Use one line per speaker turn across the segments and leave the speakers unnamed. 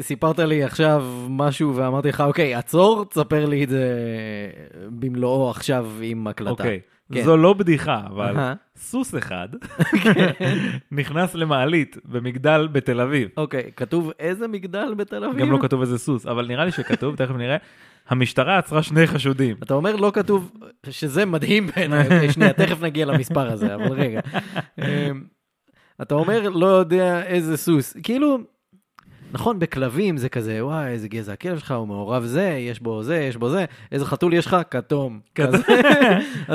סיפרת לי עכשיו משהו ואמרתי לך, אוקיי, עצור, תספר לי את זה במלואו עכשיו עם הקלטה.
אוקיי,
כן.
זו לא בדיחה, אבל
אהה. כן.
סוס אחד נכנס למעלית במגדל בתל אביב.
אוקיי, כתוב איזה מגדל בתל אביב?
גם לא כתוב איזה סוס, אבל נראה לי שכתוב, תכף נראה. המשטרה עצרה שני חשודים.
אתה אומר לא כתוב, שזה מדהים בעיניי, אוקיי, שנייה, תכף נגיע למספר הזה, אבל רגע. אמ, אתה אומר לא יודע איזה סוס, כאילו, נכון, בכלבים זה כזה, וואי, איזה גזע הכלב שלך, הוא מעורב זה, יש בו זה, יש בו זה, איזה חתול יש לך? כתום.
כתום.
אז-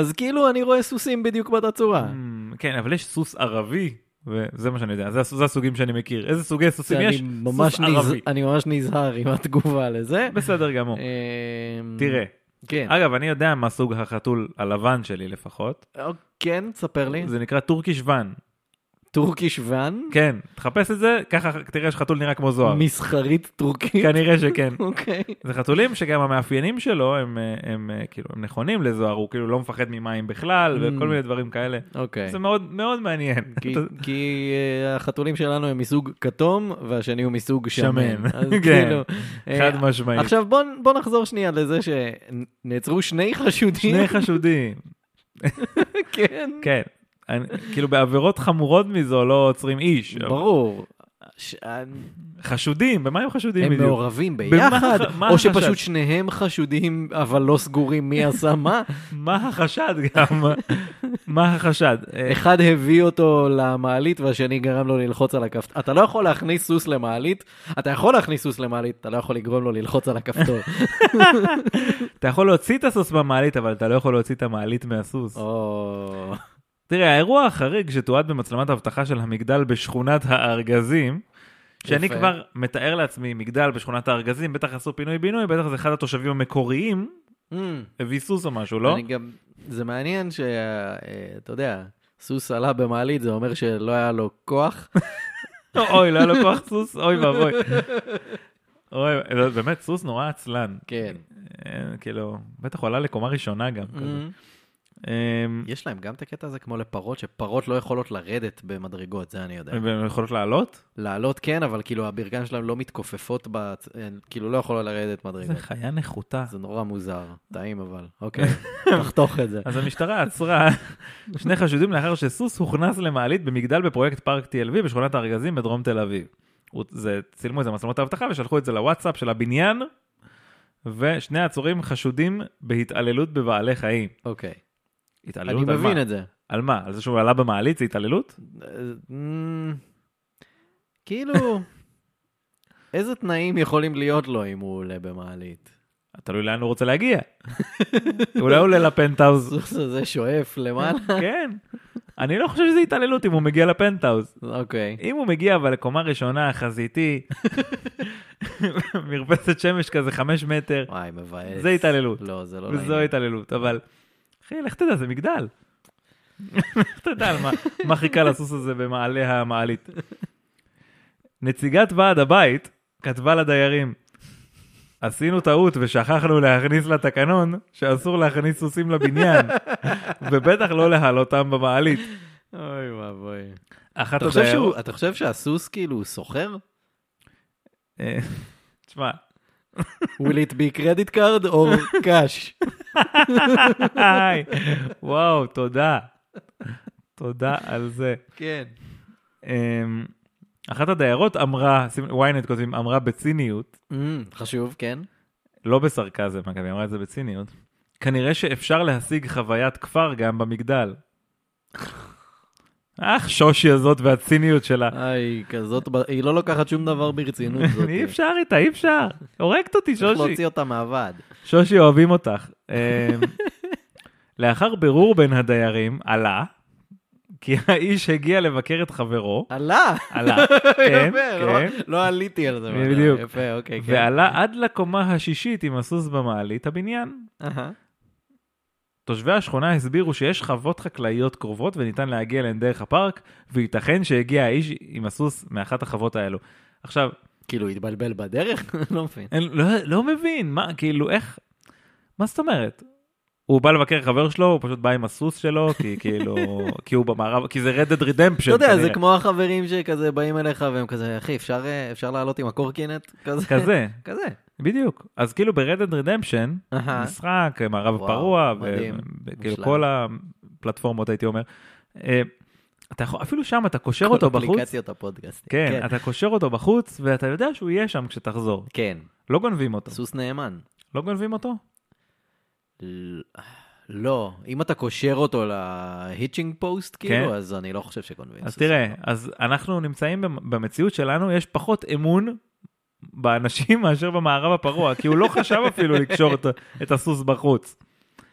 אז כאילו, אני רואה סוסים בדיוק באותה צורה.
אמ, כן, אבל יש סוס ערבי, וזה מה שאני יודע, זה הס- זה הסוגים שאני מכיר. איזה סוגי סוסים יש?
אני ממש
סוס
נז-
ערבי.
אני ממש נזהר עם התגובה לזה.
בסדר גמור.
אמ,
תראה,
כן.
אגב, אני יודע מה סוג החתול הלבן שלי לפחות.
אה, כן, תספר לי.
זה נקרא טורקי שוון.
טורקי שוון?
כן, תחפש את זה, ככה תראה שחתול נראה כמו זוהר.
מסחרית טורקית?
כנראה שכן.
אוקיי.
זה חתולים שגם המאפיינים שלו הם, אה, הם אה, כאילו הם נכונים לזוהר, הוא כאילו לא מפחד ממים בכלל
Mm.
וכל מיני דברים כאלה.
אוקיי.
זה מאוד מאוד מעניין.
כי-
אתה-
כי אה, החתולים שלנו הם מסוג כתום, והשני הוא מסוג שמן.
שמן.
אז
כן.
כאילו, אה,
חד משמעית.
עכשיו בוא בוא נחזור שנייה לזה שנעצרו שני חשודים.
שני חשודים,
כן.
כן. אני, כאילו בעבירות חמורות מזו לא עוצרים איש.
ברור. ש- הם
חשודים, במה הם חשודים בדיוק?
מעורבים
במה
ביחד,
הח- מה
או
החשש?
שפשוט שניהם חשודים אבל לא סגורים מי עשה מה,
מה החשד גם? מה החשד? אה,
אחד הביא אותו למעלית והשני גרם לו ללחוץ על הכפתור. אתה לא יכול להכניס סוס למעלית, אתה יכול להכניס סוס למעלית, אתה לא יכול לגרום לו ללחוץ על הכפתור.
אתה יכול להוציא את הסוס במעלית, אבל אתה לא יכול להוציא את המעלית מהסוס.
או...
תראה, האירוע החריג שתועד במצלמת האבטחה של המגדל בשכונת הארגזים, שאני
יפה.
כבר מתאר לעצמי מגדל בשכונת הארגזים, בטח עשו פינוי-בינוי, בטח זה אחד התושבים המקוריים,
אמ,
הביא סוס או משהו, לא?
אני גם... זה מעניין שאתה יודע, סוס עלה במעלית, זה אומר שלא היה לו כוח.
אוי, לא היה לו כוח סוס, אוי ואבוי. אוי, לא, באמת, סוס נורא עצלן.
כן.
אה, כאילו, בטח הוא עלה לקומה ראשונה גם. כזה.
אמ,
אמ,
יש להם גם את הקטע הזה כמו לפרות, שפרות לא יכולות לרדת במדרגות, זה אני יודע.
והן יכולות לעלות?
לעלות כן, אבל כאילו הברכיים שלהם לא מתכופפות, בצ- הן כאילו לא יכולות לרדת
זה
מדרגות.
חיה נחותה.
זה נורא מוזר, טעים אבל, אוקיי, תחתוך את זה.
אז המשטרה עצרה שני חשודים לאחר שסוס הוכנס למעלית במגדל בפרויקט פארק TLV בשכונת הארגזים בדרום תל אביב. הוא- זה, צילמו את זה מצלמות האבטחה ושלחו את זה לוואטסאפ של הבניין, ושני העצורים חשודים בהתעללות בבעלי חיים.
אוקיי, אני
התעללות על מה?
מבין את זה.
על מה? על זה שהוא עלה במעלית זה התעללות?
אה, אמ, כאילו, איזה תנאים יכולים להיות לו אם הוא עולה במעלית?
תלוי לאן הוא רוצה להגיע. אולי הוא עולה לפנטהאוז.
הסוס הזה שואף למעלה?
כן. אני לא חושב שזה התעללות אם הוא מגיע לפנטהאוז.
אוקיי.
אם הוא מגיע אבל לקומה ראשונה, חזיתי, מרפסת שמש כזה חמש מטר,
וואי, מבאס.
זה התעללות.
לא, זה לא
וזו
לעניין.
התעללות, אבל אחי, לך תדע, זה מגדל. לך תדע על מה- מה חיכה לסוס הזה במעלה המעלית. נציגת ועד הבית כתבה לדיירים, עשינו טעות ושכחנו להכניס לתקנון שאסור להכניס סוסים לבניין, ובטח לא להעלותם במעלית.
אוי ואבוי.
אחת
אתה חושב
הדיירות...
שהוא- אתה חושב שהסוס כאילו הוא סוחר?
אה, תשמע,
will it be credit card or cash?
היי, וואו, תודה. תודה על זה.
כן.
אמ, אחת הדיירות אמרה, שים- ynet כותבים, אמרה בציניות,
אמ, חשוב, כן.
לא בסרקזם אגב, היא אמרה את זה בציניות, כנראה שאפשר להשיג חוויית כפר גם במגדל. אך שושי הזאת והציניות שלה.
היי, כזאת, ב- היא לא לוקחת שום דבר ברצינות. זאת.
אי אפשר איתה, אי אפשר. הורגת אותי,
צריך
שושי.
אוקיי. להוציא אותה מהוועד.
שושי, אוהבים אותך. אמ, לאחר בירור בין הדיירים, עלה, כי האיש הגיע לבקר את חברו,
עלה!
עלה, כן,
יפה, לא-
כן,
לא עליתי על זה. בכלל.
בדיוק.
יפה, אוקיי, כן.
ועלה עד לקומה השישית עם הסוס במעלית הבניין.
אהה.
תושבי השכונה הסבירו שיש חוות חקלאיות קרובות וניתן להגיע אליהן דרך הפארק, וייתכן שהגיע האיש עם הסוס מאחת החוות האלו. עכשיו,
כאילו, התבלבל בדרך? לא מבין.
אני לא, לא מבין, מה, כאילו, איך, מה זאת אומרת? הוא בא לבקר חבר שלו, הוא פשוט בא עם הסוס שלו, כי כאילו, כי הוא במערב, כי זה Red Dead Redemption.
אתה יודע, זה
כנראה.
כמו החברים שכזה באים אליך והם כזה, אחי, אפשר, אה, אפשר לעלות עם הקורקינט? כזה.
כזה,
כזה.
בדיוק. אז כאילו ב-Red Dead Redemption,
אהה.
משחק, אה, מערב
וואו,
פרוע, ו-
מדהים,
וכאילו
מושלם.
כל הפלטפורמות הייתי אומר. אה, אתה יכול, אפילו שם אתה קושר אותו
כל
בחוץ,
אפליקציות הפודקאסט.
כן, אתה קושר אותו בחוץ, ואתה יודע שהוא יהיה שם כשתחזור.
כן,
לא גונבים אותו.
סוס נאמן.
לא גונבים אותו?
ל- לא, אם אתה קושר אותו להיצ'ינג פוסט, כאילו, אז אני לא חושב שגונבים.
כן. אז
סוס.
תראה, אז אנחנו נמצאים במ- במציאות שלנו, יש פחות אמון באנשים מאשר במערב הפרוע, כי הוא לא חשב אפילו לקשור את, ה- את הסוס בחוץ.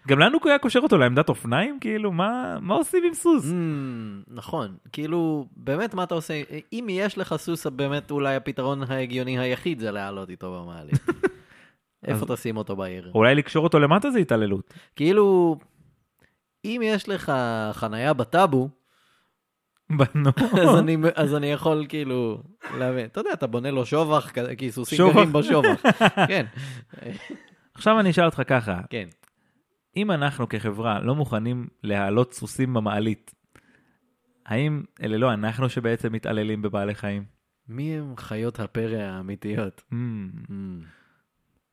גם לנו הוא היה קושר אותו לעמדת אופניים? כאילו, מה, מה עושים עם סוס?
אמ, נכון, כאילו, באמת, מה אתה עושה? אם יש לך סוס, באמת אולי הפתרון ההגיוני היחיד זה לעלות איתו במעלית. איפה תשים אותו בעיר?
אולי לקשור אותו למטה זה התעללות.
כאילו, אם יש לך חנייה בטאבו,
נו,
אז אני- אז אני יכול כאילו להבין. אתה יודע, אתה בונה לו שובך, כזה, כי סוסים
שובך.
גרים בשובך. כן,
עכשיו אני אשאל אותך ככה,
כן.
אם אנחנו כחברה לא מוכנים להעלות סוסים במעלית, האם אלה לא אנחנו שבעצם מתעללים בבעלי חיים?
מי הם חיות הפרא האמיתיות?
Mm,
אמ,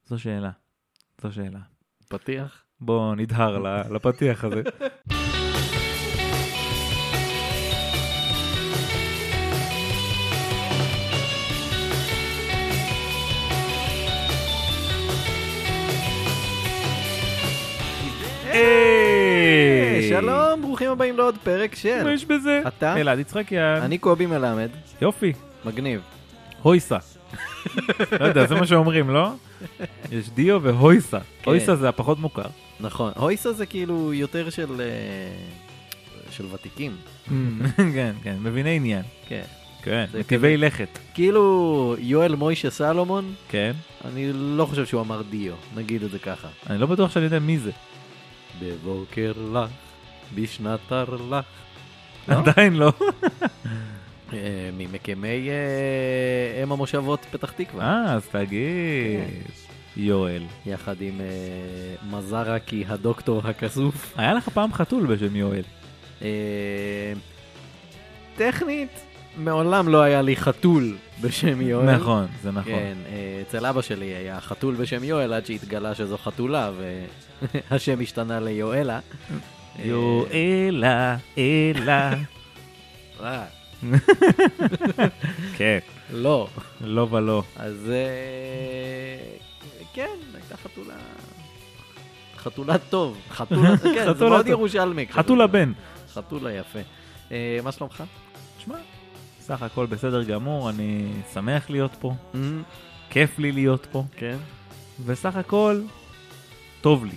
זו שאלה. זו שאלה.
פתיח?
בואו נדהר ל- לפתיח הזה. היי!
אה, שלום, ברוכים הבאים לעוד פרק של...
מה יש בזה?
אתה?
אלעד יצחקיאן.
אני קובי מלמד,
יופי.
מגניב.
הויסה. לא יודע, זה מה שאומרים, לא? יש דיו והויסה.
כן.
הויסה זה הפחות מוכר.
נכון. הויסה זה כאילו יותר של... אה, של ותיקים.
כן, כן, מביני עניין.
כן.
כן,
זה
מטיבי לכת.
כאילו יואל מוישה סלומון,
כן.
אני לא חושב שהוא אמר דיו, נגיד את זה ככה.
אני לא בטוח שאני יודע מי זה.
בבוקר לך, בשנת הרלך. לא?
עדיין לא.
אה, ממקימי אה, אם המושבות פתח תקווה.
אה, אז
כן.
תגיד. יואל.
יחד עם אה, מזרקי הדוקטור הכסוף.
היה לך פעם חתול בשם יואל.
אה, טכנית, מעולם לא היה לי חתול בשם יואל.
נכון, זה נכון.
כן, אה, אצל אבא שלי היה חתול בשם יואל עד שהתגלה שזו חתולה והשם השתנה ליואלה. אה,
יואלה, אלה.
אה,
כן.
לא.
לא ולא.
אז אה, כן, הייתה חתולה. חתולה טוב. חתולה, כן, זה
חתולה
מאוד
טוב.
ירושלמי. כזה.
חתול הבן.
חתולה יפה. אה, מה שלומך?
שמע, סך הכל בסדר גמור, אני שמח להיות פה,
אמ,
כיף לי להיות פה,
כן.
וסך הכל טוב לי,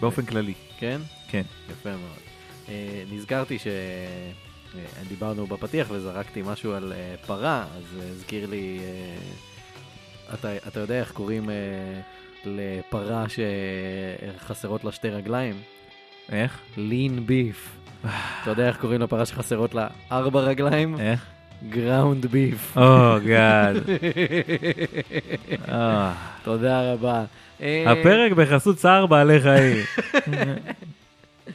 באופן כללי.
כן?
כן.
יפה מאוד. אה, נזכרתי שדיברנו בפתיח וזרקתי משהו על אה, פרה, אז אה, הזכיר לי, אה, אתה, אתה יודע איך קוראים אה, לפרה שחסרות לה שתי רגליים?
איך?
לין ביף. אתה יודע איך קוראים לפרה שחסרות לה ארבע רגליים?
איך? Oh,
גראונד ביף.
או גאד. אה.
תודה רבה. אה,
הפרק בחסות צער בעלי חיים.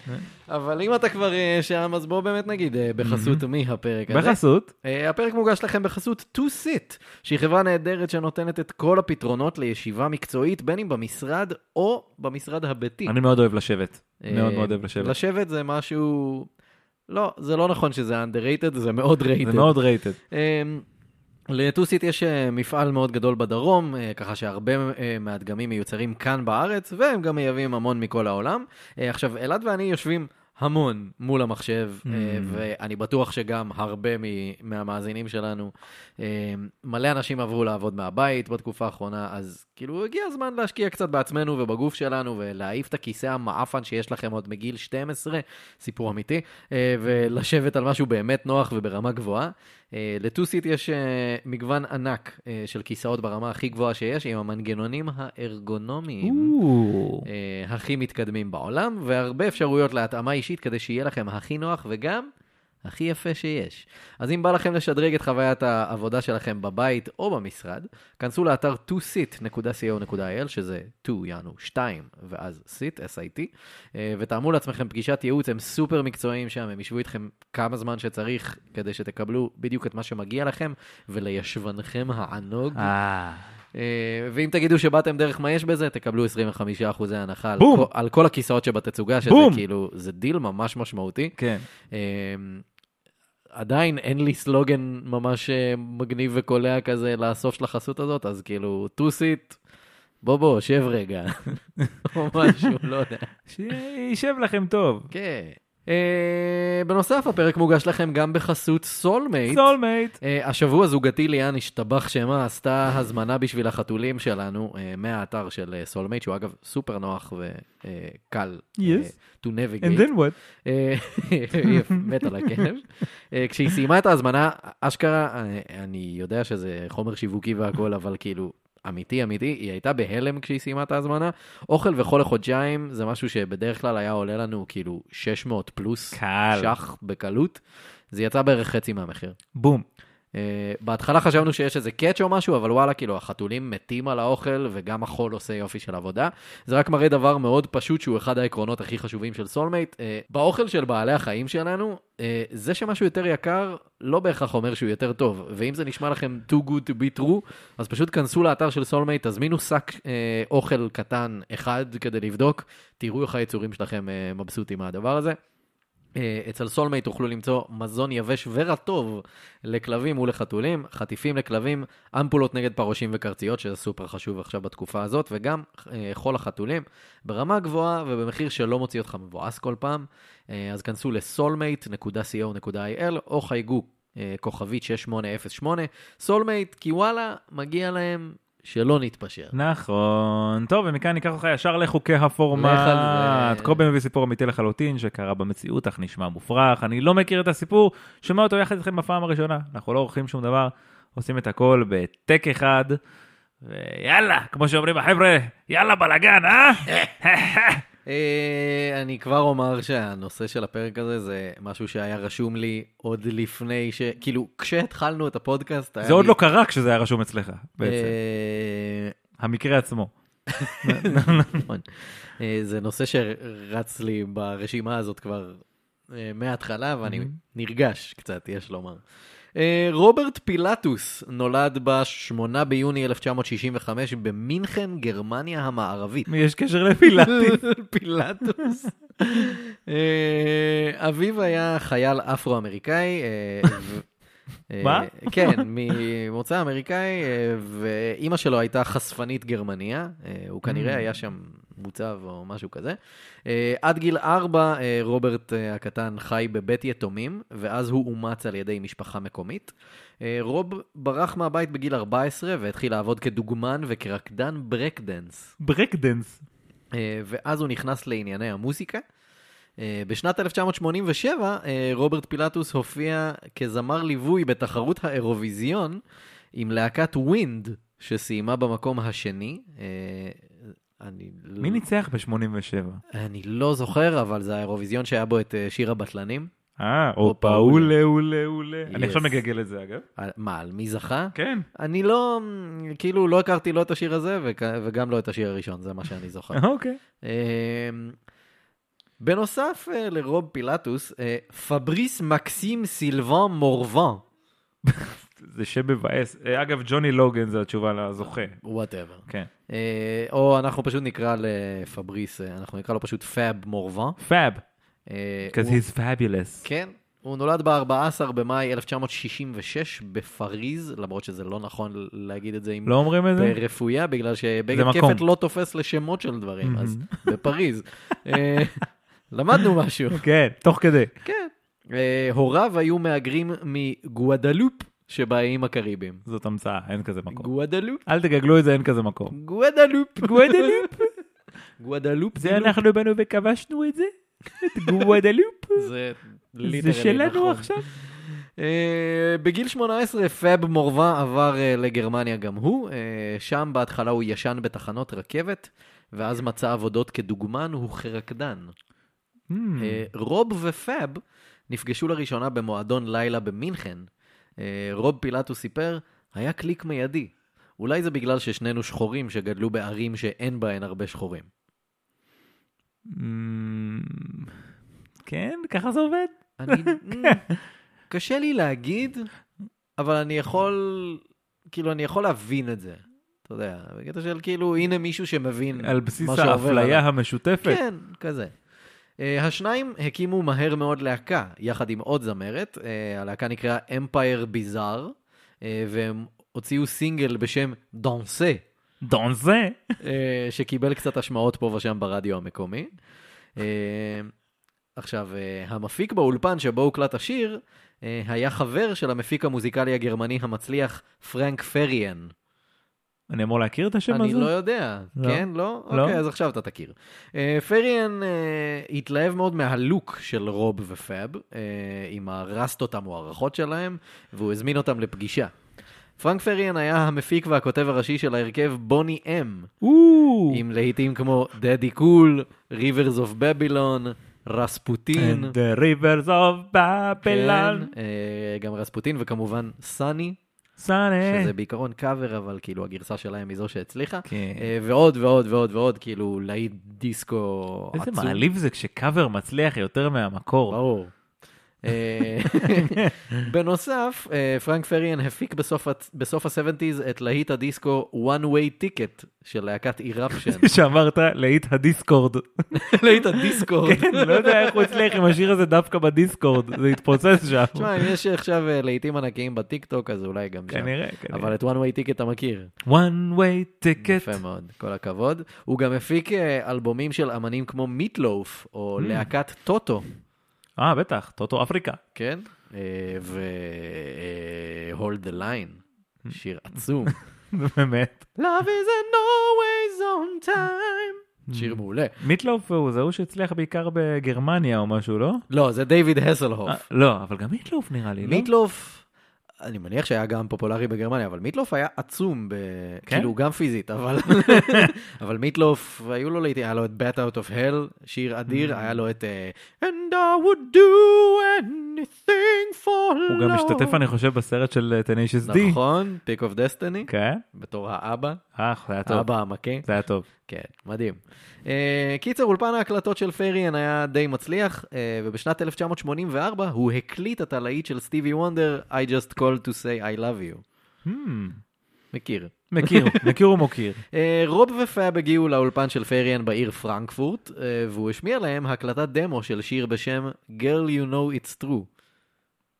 אבל אם אתה כבר אה, שם, אז בוא באמת נגיד אה, בחסות מי הפרק הזה.
בחסות?
אה, הפרק מוגש לכם בחסות To Sit, שהיא חברה נהדרת שנותנת את כל הפתרונות לישיבה מקצועית, בין אם במשרד או במשרד הביתי.
אני מאוד אוהב לשבת.
אה,
מאוד מאוד אוהב לשבת.
לשבת זה משהו... לא, זה לא נכון שזה underrated, זה מאוד rated.
זה מאוד רייטד.
לטוסית יש אה, מפעל מאוד גדול בדרום, אה, ככה שהרבה אה, מהדגמים מיוצרים כאן בארץ, והם גם מייבאים המון מכל העולם. אה, עכשיו, אלעד ואני יושבים המון מול המחשב, אה,
Mm.
ואני בטוח שגם הרבה מ- מהמאזינים שלנו, אה, מלא אנשים עברו לעבוד מהבית בתקופה האחרונה, אז כאילו הגיע הזמן להשקיע קצת בעצמנו ובגוף שלנו, ולהעיף את הכיסא המעפן שיש לכם עוד מגיל 12, סיפור אמיתי, אה, ולשבת על משהו באמת נוח וברמה גבוהה. אה, לטוסיט יש אה, מגוון ענק אה, של כיסאות ברמה הכי גבוהה שיש, עם המנגנונים הארגונומיים. אה, הכי מתקדמים בעולם, והרבה אפשרויות להתאמה אישית כדי שיהיה לכם הכי נוח וגם הכי יפה שיש. אז אם בא לכם לשדרג את חוויית העבודה שלכם בבית או במשרד, כנסו לאתר 2sit.co.il, שזה 2 יענו 2 ואז sit, sit, אה, ותאמו לעצמכם פגישת ייעוץ, הם סופר מקצועיים שם, הם ישבו איתכם כמה זמן שצריך כדי שתקבלו בדיוק את מה שמגיע לכם, ולישבנכם הענוג.
אה,
אה, ואם תגידו שבאתם דרך מה יש בזה, תקבלו 25% הנחה על
בום.
כל- על כל הכיסאות שבתצוגה, שזה
בום.
כאילו, זה דיל ממש משמעותי.
כן.
אמ, עדיין אין לי סלוגן ממש אה, מגניב וקולע כזה לסוף של החסות הזאת, אז כאילו, טוסית, בוא בוא, שב רגע. או משהו, לא יודע.
שישב לכם טוב.
כן. אה, בנוסף, הפרק מוגש לכם גם בחסות סולמייט.
סולמייט.
אה, השבוע זוגתי ליאן השתבח שמה עשתה הזמנה בשביל החתולים שלנו אה, מהאתר של אה, סולמייט, שהוא אגב סופר נוח וקל.
Yes.
אה, to navigate.
And then what?
אה, היא מת על הכלב. אה, כשהיא סיימה את ההזמנה, אשכרה, אה, אני יודע שזה חומר שיווקי והכל, אבל כאילו, אמיתי, אמיתי, היא הייתה בהלם כשהיא סיימה את ההזמנה. אוכל וכל לחודשיים זה משהו שבדרך כלל היה עולה לנו כאילו 600 פלוס
קל.
ש"ח בקלות. זה יצא בערך חצי מהמחיר.
בום.
אה, בהתחלה חשבנו שיש איזה קאץ' או משהו, אבל וואלה, כאילו, החתולים מתים על האוכל, וגם החול עושה יופי של עבודה. זה רק מראה דבר מאוד פשוט, שהוא אחד העקרונות הכי חשובים של סולמייט. אה, באוכל של בעלי החיים שלנו, אה, זה שמשהו יותר יקר, לא בהכרח אומר שהוא יותר טוב. ואם זה נשמע לכם too good to be true, אז פשוט כנסו לאתר של סולמייט, תזמינו שק אה, אוכל קטן אחד כדי לבדוק, תראו איך היצורים שלכם אה, מבסוטים מהדבר הזה. אה, אצל סולמייט תוכלו למצוא מזון יבש ורטוב לכלבים ולחתולים, חטיפים לכלבים, אמפולות נגד פרושים וקרציות, שזה סופר חשוב עכשיו בתקופה הזאת, וגם אה, חול החתולים, ברמה גבוהה ובמחיר שלא מוציא אותך מבואס כל פעם. אה, אז כנסו לsolmate.co.il או חייגו אה, כוכבית 6808, סולמייט, כי וואלה, מגיע להם שלא נתפשר.
נכון. טוב, ומכאן ניקח אותך ישר לחוקי הפורמט.
לך על זה.
קובי מביא סיפור אמיתי לחלוטין שקרה במציאות, אך נשמע מופרך. אני לא מכיר את הסיפור, שומע אותו יחד איתכם בפעם הראשונה. אנחנו לא עורכים שום דבר, עושים את הכל בטק אחד. ויאללה, כמו שאומרים החבר'ה, יאללה בלאגן, אה?
אה, אני כבר אומר שהנושא של הפרק הזה זה משהו שהיה רשום לי עוד לפני ש... כאילו, כשהתחלנו את הפודקאסט... היה
זה עוד
לי-
לא קרה כשזה היה רשום אצלך, בעצם.
אה,
המקרה עצמו.
נכון. אה, זה נושא שרץ לי ברשימה הזאת כבר אה, מההתחלה, ואני
Mhm.
נרגש קצת, יש לומר. אה, רוברט פילטוס נולד ב-8 ביוני 1965 במינכן, גרמניה המערבית.
יש קשר לפילאטיס.
פילטוס. אה, אביו היה חייל אפרו-אמריקאי. אה, ו- אה,
מה?
כן, ממוצא אמריקאי, אה, ואימא שלו הייתה חשפנית גרמניה, אה, הוא כנראה
Mm.
היה שם מוצב או משהו כזה. אה, עד גיל ארבע אה, רוברט אה, הקטן חי בבית יתומים, ואז הוא אומץ על ידי משפחה מקומית. אה, רוב ברח מהבית בגיל 14 והתחיל לעבוד כדוגמן וכרקדן ברקדנס.
ברקדנס.
אה, ואז הוא נכנס לענייני המוזיקה. אה, בשנת 1987 אה, רוברט פילטוס הופיע כזמר ליווי בתחרות האירוויזיון עם להקת ווינד, שסיימה במקום השני. אה, אני לא-
מי ניצח ב-87?
אני לא זוכר, אבל זה האירוויזיון שהיה בו את אה, שיר הבטלנים.
אה, הופה,
אולה.
אולה, אולה, אולה. אני
Yes.
עכשיו מגגל את זה, אגב.
על- אה, מה, על מי זכה?
כן.
אני לא, כאילו, לא הכרתי לא את השיר הזה וכ- וגם לא את השיר הראשון, זה מה שאני זוכר.
אוקיי.
אמ, בנוסף אה, לרוב פילטוס, אה, פבריס מקסים סילבן מורוון,
זה שם מבאס. אה, אגב, ג'וני לוגן זה התשובה לזוכה.
וואטאבר.
כן.
אה, או אנחנו פשוט נקרא לפבריס, אה, אנחנו נקרא לו פשוט פאב מורוון.
פאב.
אה,
Because
הוא-
he's fabulous.
כן, הוא נולד ב-14 במאי 1966 בפריז, למרות שזה לא נכון להגיד את זה עם
לא אומרים את זה?
ברפויה, בגלל שבגד
זה מקום.
כפת לא תופס לשמות של דברים, אז
Mhm.
בפריז. אה, למדנו משהו.
כן, תוך כדי.
כן. אה, הוריו היו מהגרים מגואדלופ שבאיים הקריביים.
זאת המצאה, אין כזה מקום.
גואדלופ?
אל תגגלו את זה, אין כזה מקום.
גואדלופ.
גואדלופ?
גואדלופ. לא-
זה אנחנו באנו וכבשנו את זה? את גואדלופ?
זה
זה
ליטרלי נכון.
שלנו עכשיו?
אה, בגיל 18 פאב מורווה עבר אה, לגרמניה גם הוא, אה, שם בהתחלה הוא ישן בתחנות רכבת, ואז מצא עבודות כדוגמן וכרקדן.
Hmm.
אה, רוב אה, ופאב נפגשו לראשונה במועדון לילה במינכן. אה, רוב פילטו סיפר, היה קליק מיידי. אולי זה בגלל ששנינו שחורים שגדלו בערים שאין בהן הרבה שחורים.
אמ, כן, ככה זה עובד?
אני... מ, קשה לי להגיד, אבל אני יכול, כאילו, אני יכול להבין את זה. אתה יודע, בקטע של כאילו, הנה מישהו שמבין
על בסיס
מה שעובר עליו.
האפליה המשותפת.
כן, כזה. אה, השניים הקימו מהר מאוד להקה, יחד עם עוד זמרת. אה, הלהקה נקראה Empire Bizarre, אה, והם הוציאו סינגל בשם דונסה,
דון זה.
אה, שקיבל קצת השמעות פה ושם ברדיו המקומי. אה, עכשיו, אה, המפיק באולפן שבו הוקלט השיר, אה, היה חבר של המפיק המוזיקלי הגרמני המצליח, פרנק פריאן.
אני אמור להכיר את השם הזה?
אני לא יודע.
לא.
כן? לא?
לא.
אוקיי, אז עכשיו אתה תכיר. אה, פריאן אה, התלהב מאוד מהלוק של רוב ופאב, אה, עם הרסטות המוערכות שלהם, והוא הזמין אותם לפגישה. פרנק פריאן היה המפיק והכותב הראשי של ההרכב בוני אם,
או,
עם להיטים כמו דדי קול, ריברס אוף בבילון, רספוטין.
And the rivers of Babylon.
כן, אה, גם רספוטין וכמובן סאני, שזה
סאנה.
בעיקרון קאבר, אבל כאילו הגרסה שלהם היא זו שהצליחה.
כן.
אה, ועוד ועוד ועוד ועוד, כאילו להיט דיסקו עצום.
איזה מעליב זה כשקאבר מצליח יותר מהמקור.
ברור. אה, בנוסף, אה, פרנק פריאן הפיק בסוף ה- בסוף ה-70's את להיט הדיסקו one way ticket של להקת אירפשן.
שאמרת להיט הדיסקורד.
להיט הדיסקורד.
כן, לא יודע איך הוא הצליח עם השיר הזה דווקא בדיסקורד, זה התפוצץ שם.
תשמע, אם יש עכשיו אה, להיטים ענקיים בטיקטוק, אז אולי גם שם.
כנראה, כנראה. כן.
אבל את one way ticket אתה מכיר.
one way
יפה
ticket.
מאוד, כל הכבוד. הוא גם הפיק אה, אלבומים של אמנים כמו מיטלוף, או
Mm.
להקת טוטו.
אה, בטח, טוטו אפריקה.
כן, ו-Hold the Line, שיר עצום.
באמת.
Love is an always on time. שיר מעולה.
מיטלוף הוא זה הוא שהצליח בעיקר בגרמניה או משהו, לא?
לא, זה דיוויד
אה,
הסלהוף.
לא, אבל גם מיטלוף נראה לי, לא?
מיטלוף, אני מניח שהיה גם פופולרי בגרמניה, אבל מיטלוף היה עצום, ב-
כן?
כאילו גם פיזית, אבל אבל מיטלוף, היו לו לעיתים, היה לו את Bat Out of Hell, שיר
Mm.
אדיר, היה לו את אה, And I would do anything for love.
הוא גם השתתף, אני חושב, בסרט של טנישיס די.
לא. נכון, Pick of Destiny,
כן?
בתור האבא,
אה, זה היה טוב.
האבא המכה.
זה היה טוב.
כן, מדהים. Uh, קיצר, אולפן ההקלטות של פריאן היה די מצליח, uh, ובשנת 1984 הוא הקליט את הלהיט של סטיבי וונדר, I just called to say I love you.
Hmm,
מכיר.
מכיר, מכיר ומוקיר.
Uh, רוב ופאב הגיעו לאולפן של פריאן בעיר פרנקפורט, uh, והוא השמיע להם הקלטת דמו של שיר בשם Girl You Know It's True.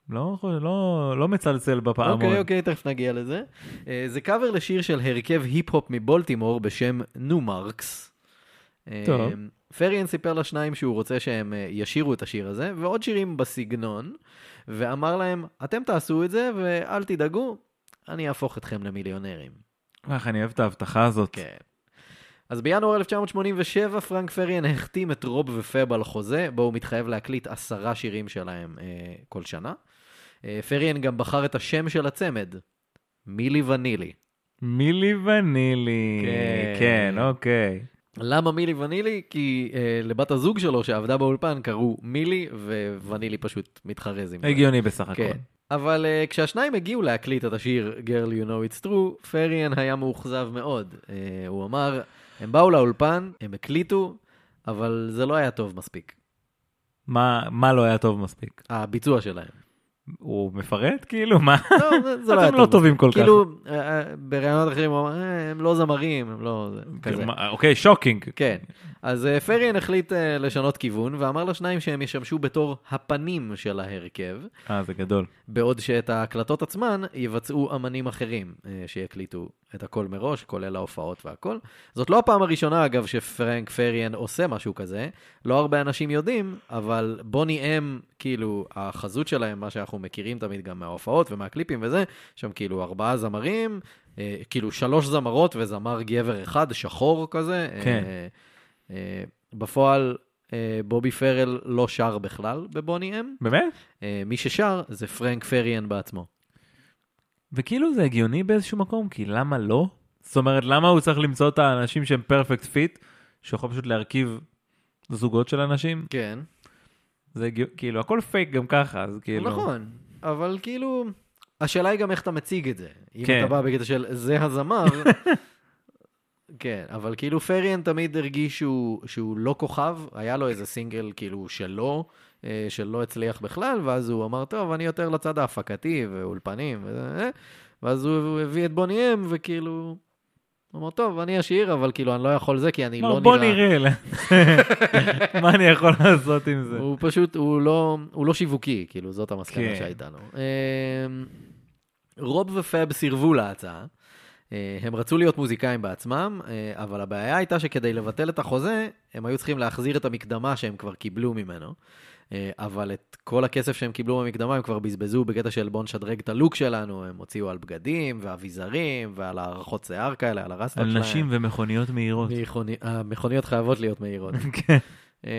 לא, לא, לא מצלצל בפעמון.
אוקיי, אוקיי, תכף נגיע לזה. אה, זה קאבר לשיר של הרכב היפ-הופ מבולטימור בשם נו מרקס. אה,
טוב.
פריאן סיפר לשניים שהוא רוצה שהם אה, ישירו את השיר הזה, ועוד שירים בסגנון, ואמר להם, אתם תעשו את זה, ואל תדאגו, אני אהפוך אתכם למיליונרים.
איך אני אוהב את ההבטחה הזאת.
כן. אז בינואר 1987 פרנק פריאן החתים את רוב ופב על חוזה, בו הוא מתחייב להקליט עשרה שירים שלהם אה, כל שנה. אה, פריאן גם בחר את השם של הצמד, מילי ונילי.
מילי ונילי.
כן.
כן, אוקיי.
למה מילי ונילי? כי אה, לבת הזוג שלו שעבדה באולפן קראו מילי, ווונילי פשוט מתחרז עם זה.
הגיוני בסך הכל.
כן. אבל uh, כשהשניים הגיעו להקליט את השיר Girl You Know It's True, פריאן היה מאוכזב מאוד. Uh, הוא אמר, הם באו לאולפן, הם הקליטו, אבל זה לא היה טוב מספיק,
מה מה לא היה טוב מספיק?
הביצוע שלהם.
הוא מפרט כאילו? מה?
לא, זה- זה לא היה
אתם
טוב
לא טובים כל
מספיק.
כך.
כאילו, אה, אה, בראיונות אחרים הוא אמר, "אה, הם לא זמרים, הם לא... זה", כזה.
כאילו, מה- אוקיי, שוקינג.
כן. אז אה, פריאן החליט אה, לשנות כיוון, ואמר לשניים שהם ישמשו בתור הפנים של ההרכב.
אה, זה גדול.
בעוד שאת ההקלטות עצמן יבצעו אמנים אחרים אה, שיקליטו את הכל מראש, כולל ההופעות והכל. זאת לא הפעם הראשונה, אגב, שפרנק פריאן עושה משהו כזה. לא הרבה אנשים יודעים, אבל בוני אם, כאילו, החזות שלהם, מה שאנחנו מכירים תמיד גם מההופעות ומהקליפים וזה, שם כאילו ארבעה זמרים, אה, כאילו שלוש זמרות וזמר גבר אחד, שחור כזה. אה,
כן.
אה, בפועל, אה, בובי פרל לא שר בכלל בבוני אם.
באמת?
אה, מי ששר זה פרנק פריאן בעצמו.
וכאילו זה הגיוני באיזשהו מקום, כי למה לא? זאת אומרת, למה הוא צריך למצוא את האנשים שהם פרפקט פיט, שיכול פשוט להרכיב זוגות של אנשים?
כן.
זה הגיו- כאילו, הכל פייק גם ככה, אז כאילו...
נכון, אבל כאילו, השאלה היא גם איך אתה מציג את זה. אם
כן.
אתה בא בקטע של זה הזמר, כן, אבל כאילו פריאן תמיד הרגיש שהוא, שהוא לא כוכב, היה לו איזה סינגל כאילו שלו, אה, שלא הצליח בכלל, ואז הוא אמר, טוב, אני יותר לצד ההפקתי ואולפנים, וזה, אה." ואז הוא הוא הביא את בוני אם, וכאילו... הוא אמר, טוב, אני אשאיר, אבל כאילו, אני לא יכול זה, כי אני
לא,
לא
בוא
נראה...
נראה. מה אני יכול לעשות עם זה?
הוא פשוט, הוא לא, הוא לא שיווקי, כאילו, זאת המסקנה
כן.
כן. שהייתה לו. אמ, רוב ופאב סירבו להצעה. אה, הם רצו להיות מוזיקאים בעצמם, אה, אבל הבעיה הייתה שכדי לבטל את החוזה, הם היו צריכים להחזיר את המקדמה שהם כבר קיבלו ממנו. אה, אבל את כל הכסף שהם קיבלו במקדמה הם כבר בזבזו בקטע של בוא נשדרג את הלוק שלנו, הם הוציאו על בגדים ואביזרים ועל הערכות שיער כאלה, על הרסטות
על
שלהם.
נשים ומכוניות מהירות.
מכוני- המכוניות חייבות להיות מהירות.
כן.
אמ,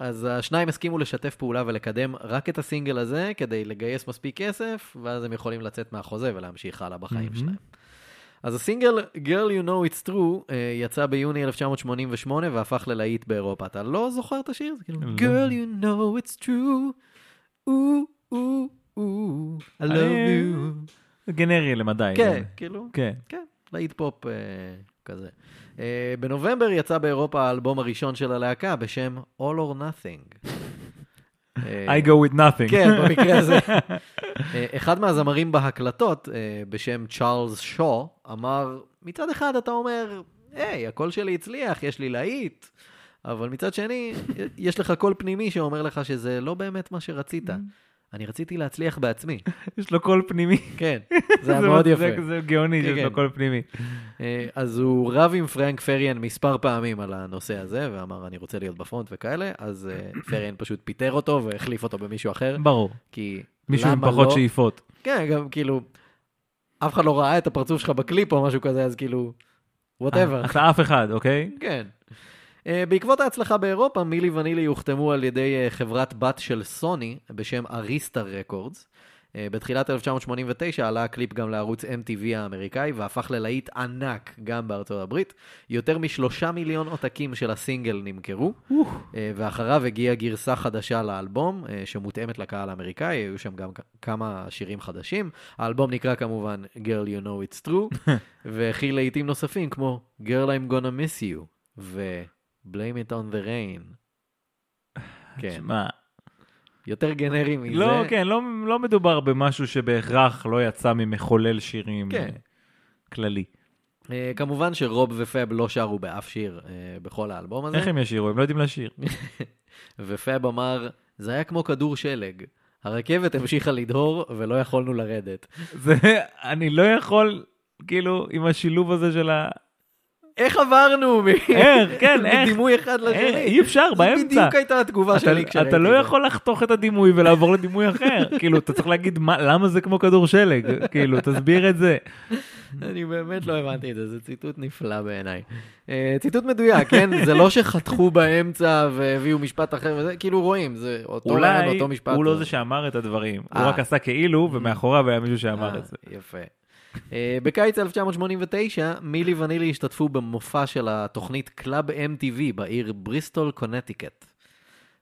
אז השניים הסכימו לשתף פעולה ולקדם רק את הסינגל הזה כדי לגייס מספיק כסף, ואז הם יכולים לצאת מהחוזה ולהמשיך הלאה בחיים
מהמם.
שלהם. אז הסינגל Girl You Know It's True אה, יצא ביוני 1988 והפך ללהיט באירופה. אתה לא זוכר את השיר? זה כאילו
לא.
Girl You Know It's True, או, או, או, I love
אה,
you.
גנרי למדי.
כן, כאילו,
כן.
כן, להיט פופ אה, כזה. אה, בנובמבר יצא באירופה האלבום הראשון של הלהקה בשם All or Nothing. אה,
I go with nothing.
כן, במקרה הזה. אה, אחד מהזמרים בהקלטות אה, בשם צ'ארלס שו אמר, מצד אחד אתה אומר, היי, הקול שלי הצליח, יש לי להיט, אבל מצד שני, יש לך קול פנימי שאומר לך שזה לא באמת מה שרצית.
Mm.
אני רציתי להצליח בעצמי.
יש לו קול פנימי.
כן, זה היה מאוד יפה.
זה- זה גאוני
כן,
שיש לו
כן.
קול פנימי.
אה, אז הוא רב עם פרנק פריאן מספר פעמים על הנושא הזה, ואמר, אני רוצה להיות בפרונט וכאלה, אז אה, פריאן פשוט פיטר אותו והחליף אותו במישהו אחר,
ברור.
כי
מישהו עם
למה
פחות
לא-
שאיפות.
כן, גם כאילו, אף אחד לא ראה את הפרצוף שלך בקליפ או משהו כזה, אז כאילו, וואטאבר.
אה, אתה אף אחד, אוקיי?
כן. אה, בעקבות ההצלחה באירופה, מילי ונילי הוחתמו על ידי אה, חברת בת של סוני בשם אריסטה רקורדס. אה, בתחילת 1989 עלה הקליפ גם לערוץ MTV האמריקאי והפך ללהיט ענק גם בארצות הברית. יותר משלושה מיליון עותקים של הסינגל נמכרו, אה, ואחריו הגיעה גרסה חדשה לאלבום אה, שמותאמת לקהל האמריקאי, היו שם גם כ- כמה שירים חדשים. האלבום נקרא כמובן Girl You Know It's True, והכיל להיטים נוספים כמו Girl I'm Gonna Miss You ו-Blame It on the Rain. כן,
שמע,
יותר גנרי מזה.
לא, כן, לא, לא מדובר במשהו שבהכרח לא יצא ממחולל שירים
כן.
אה, כללי.
אה, כמובן שרוב ופאב לא שרו באף שיר אה, בכל האלבום הזה.
איך הם ישירו? הם לא יודעים לשיר.
ופאב אמר, זה היה כמו כדור שלג. הרכבת המשיכה לדהור ולא יכולנו לרדת.
זה, אני לא יכול, כאילו, עם השילוב הזה של ה...
איך עברנו? מ-
איך, כן, איך?
מדימוי אחד
אה,
לשני.
אי אפשר,
זו
באמצע.
בדיוק הייתה התגובה שלי
אתה,
כשראיתי.
אתה לא
את זה.
יכול לחתוך את הדימוי ולעבור לדימוי אחר. כאילו, אתה צריך להגיד מה, למה זה כמו כדור שלג. כאילו, תסביר את זה.
אני באמת לא הבנתי את זה, זה ציטוט נפלא בעיניי. אה, ציטוט מדויק, כן? זה לא שחתכו באמצע והביאו משפט אחר וזה, כאילו רואים, זה אותו רעיון,
אולי
אותו משפט.
הוא לא זה שאמר את הדברים. הוא
אה.
רק עשה כאילו, ומאחוריו היה מישהו
אה,
שאמר את זה.
יפה. אה, בקיץ 1989, מילי ונילי השתתפו במופע של התוכנית קלאב MTV בעיר בריסטול, קונטיקט.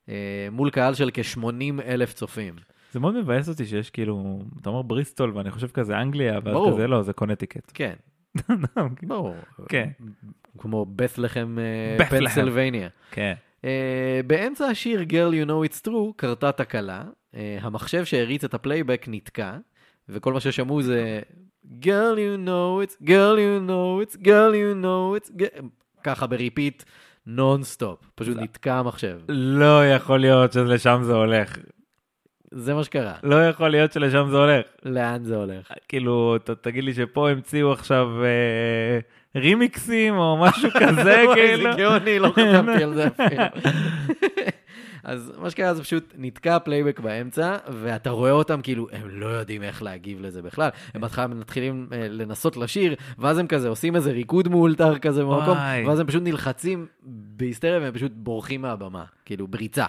אה, מול קהל של כ-80 אלף צופים.
זה מאוד מבאס אותי שיש כאילו, אתה אומר בריסטול ואני חושב כזה אנגליה, ואז
ברור.
כזה לא, זה קונטיקט.
כן, ברור.
כן,
כמו בת'לחם אה,
בת'לחם.
פנסילבניה.
כן.
Uh, באמצע השיר Girl You Know It's True קרתה תקלה, uh, המחשב שהריץ את הפלייבק נתקע, וכל מה ששמעו זה Girl You Know It's, Girl You Know It's, Girl You Know It's, Girl-" ככה בריפיט נונסטופ, פשוט נתקע המחשב,
לא יכול להיות שלשם זה הולך.
זה מה שקרה,
לא יכול להיות שלשם זה הולך.
לאן זה הולך?
כאילו, ת, תגיד לי שפה המציאו עכשיו אה, רימיקסים או משהו כזה,
וואי,
כאילו.
זה גאוני, לא חשבתי על זה אפילו. אז מה שקרה זה פשוט נתקע הפלייבק באמצע, ואתה רואה אותם כאילו, הם לא יודעים איך להגיב לזה בכלל.
כן.
הם בהתחלה מתחילים אה, לנסות לשיר, ואז הם כזה עושים איזה ריקוד מאולתר כזה במקום,
וואי.
ואז הם פשוט נלחצים בהיסטריה והם פשוט בורחים מהבמה, כאילו בריצה.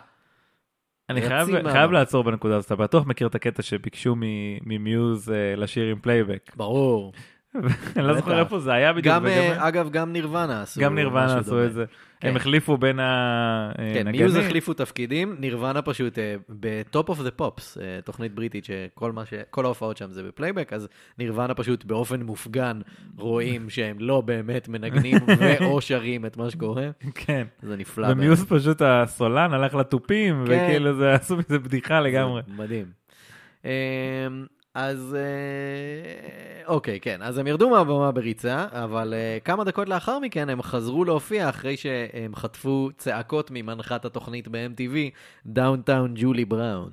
אני חייב,
רצים מה-
חייב לעצור בנקודה הזאת, אתה בטוח מכיר את הקטע שביקשו מ- ממיוז אה, לשיר עם פלייבק.
ברור.
אני לא
בטח.
זוכר איפה זה היה בדיוק.
גם,
וגם-
אה, אגב, גם נירוונה עשו
גם נירוונה
משהו
עשו
דומה.
את זה.
כן.
הם החליפו בין אה, הנגנים.
כן, מיוז החליפו תפקידים, נירוונה פשוט אה, בטופ אוף דה פופס, אה, תוכנית בריטית שכל מה ש... כל ההופעות שם זה בפלייבק, אז נירוונה פשוט באופן מופגן רואים שהם לא באמת מנגנים ואו שרים את מה שקורה,
כן.
זה נפלא.
ומיוז פשוט הסולן הלך לתופים,
כן.
וכאילו זה עשו מזה בדיחה לגמרי.
באמת. מדהים. אה, אז אה, אוקיי, כן, אז הם ירדו מהבמה בריצה, אבל אה, כמה דקות לאחר מכן הם חזרו להופיע אחרי שהם חטפו צעקות ממנחת התוכנית ב-MTV, דאונטאון ג'ולי בראון.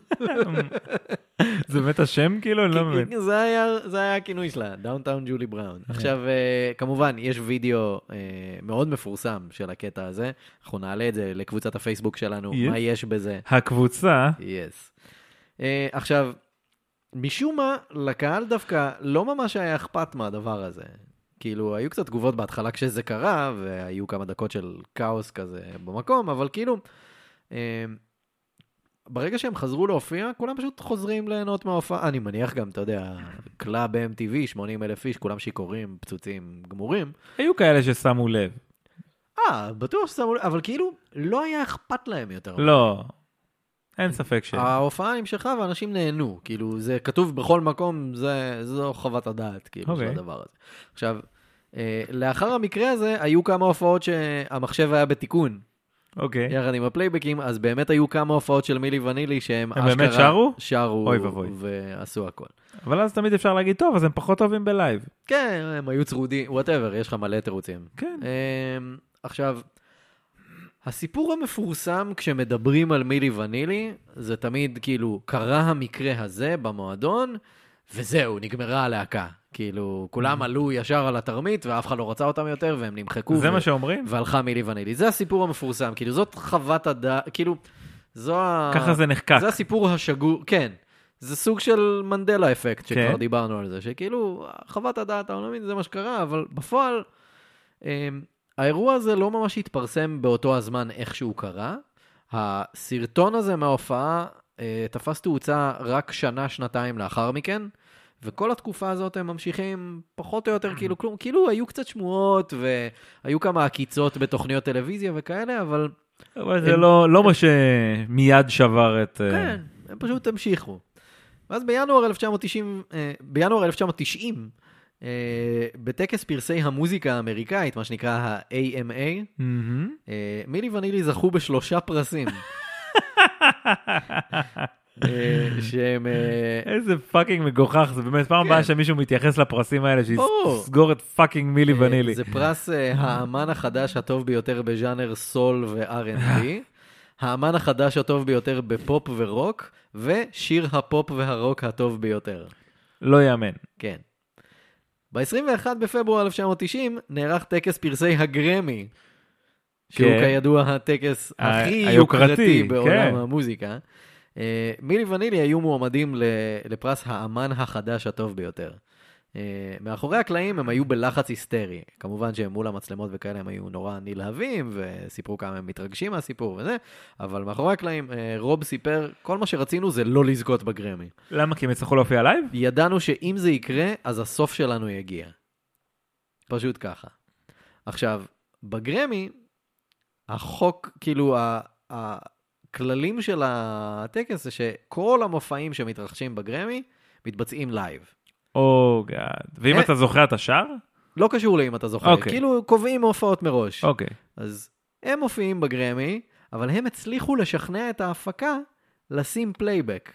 זה באמת השם כאילו? אני לא מבין.
כי- זה היה- זה היה הכינוי שלה, דאונטאון ג'ולי בראון.
כן.
עכשיו, אה, כמובן, יש וידאו אה, מאוד מפורסם של הקטע הזה, אנחנו נעלה את זה לקבוצת הפייסבוק שלנו,
Yes.
מה יש בזה.
הקבוצה,
יס. אה, עכשיו, משום מה, לקהל דווקא לא ממש היה אכפת מהדבר הזה. כאילו, היו קצת תגובות בהתחלה כשזה קרה, והיו כמה דקות של כאוס כזה במקום, אבל כאילו, אה, ברגע שהם חזרו להופיע, כולם פשוט חוזרים ליהנות מההופעה. אני מניח גם, אתה יודע, קלאב MTV, 80 אלף איש, כולם שיכורים, פצוצים, גמורים.
היו כאלה ששמו לב.
אה, בטוח ששמו, לב, אבל כאילו, לא היה אכפת להם יותר.
לא. אין ספק ש...
ההופעה נמשכה ואנשים נהנו, כאילו זה כתוב בכל מקום, זה, זו חוות הדעת, כאילו, okay. של
אוקיי.
הדבר הזה. עכשיו, אה, לאחר המקרה הזה, היו כמה הופעות שהמחשב היה בתיקון,
אוקיי.
יחד עם הפלייבקים, אז באמת היו כמה הופעות של מילי ונילי שהם
הם באמת שרו?
שרו,
אוי ואבוי.
ועשו הכל.
אבל אז תמיד אפשר להגיד, טוב, אז הם פחות טובים בלייב.
כן, הם היו צרודים, וואטאבר, יש לך מלא תירוצים.
כן.
אמ, עכשיו, הסיפור המפורסם כשמדברים על מילי ונילי, זה תמיד כאילו, קרה המקרה הזה במועדון, וזהו, נגמרה הלהקה. כאילו, כולם
Mm-hmm.
עלו ישר על התרמית, ואף אחד לא רצה אותם יותר, והם נמחקו.
זה
ו-
מה שאומרים?
והלכה מילי ונילי. זה הסיפור המפורסם, כאילו, זאת חוות הדעת, כאילו, זו ה...
ככה זה נחקק.
אה, זה הסיפור השגור, כן. זה סוג של מנדלה אפקט, שכבר
כן.
דיברנו על זה, שכאילו, חוות הדעת העולמית זה מה שקרה, אבל בפועל, אמ, האירוע הזה לא ממש התפרסם באותו הזמן איך שהוא קרה. הסרטון הזה מההופעה אה, תפס תאוצה רק שנה-שנתיים לאחר מכן, וכל התקופה הזאת הם ממשיכים פחות או יותר כאילו כלום, כאילו היו קצת שמועות, והיו כמה עקיצות בתוכניות טלוויזיה וכאלה, אבל
אבל זה לא לא מה שמיד שבר את... אה,
כן, הם פשוט המשיכו. ואז בינואר 1990, אה, בינואר 1990, אה, בטקס פרסי המוזיקה האמריקאית, מה שנקרא ה-AMA,
מהמם.
אה, מילי ונילי זכו בשלושה פרסים. אה, שהם... אה,
איזה פאקינג מגוחך, זה באמת פעם הבאה
כן.
שמישהו מתייחס לפרסים האלה,
ברור.
שיסגור את פאקינג מילי ונילי.
זה פרס אה, האמן החדש הטוב ביותר בז'אנר סול ו-R&B, האמן החדש הטוב ביותר בפופ ורוק, ושיר הפופ והרוק הטוב ביותר.
לא יאמן.
כן. ב-21 בפברואר 1990 נערך טקס פרסי הגרמי, שהוא
כן.
כידוע הטקס
ה-
הכי
היוקרתי,
יוקרתי בעולם
כן.
המוזיקה. אה, מילי ונילי היו מועמדים ל- לפרס האמן החדש הטוב ביותר. אה, מאחורי הקלעים הם היו בלחץ היסטרי. כמובן שהם מול המצלמות וכאלה הם היו נורא נלהבים, וסיפרו כמה הם מתרגשים מהסיפור וזה, אבל מאחורי הקלעים אה, רוב סיפר, כל מה שרצינו זה לא לזכות בגרמי.
למה? כי הם יצטרכו להופיע לייב?
ידענו שאם זה יקרה, אז הסוף שלנו יגיע. פשוט ככה. עכשיו, בגרמי, החוק, כאילו, ה- הכללים של הטקס זה שכל המופעים שמתרחשים בגרמי מתבצעים לייב.
או גאד. ואם
אה.
אתה זוכר אתה שר?
לא קשור לאם אתה זוכר, okay.
אוקיי.
כאילו קובעים הופעות מראש. Okay.
אוקיי.
אז הם מופיעים בגרמי, אבל הם הצליחו לשכנע את ההפקה לשים פלייבק.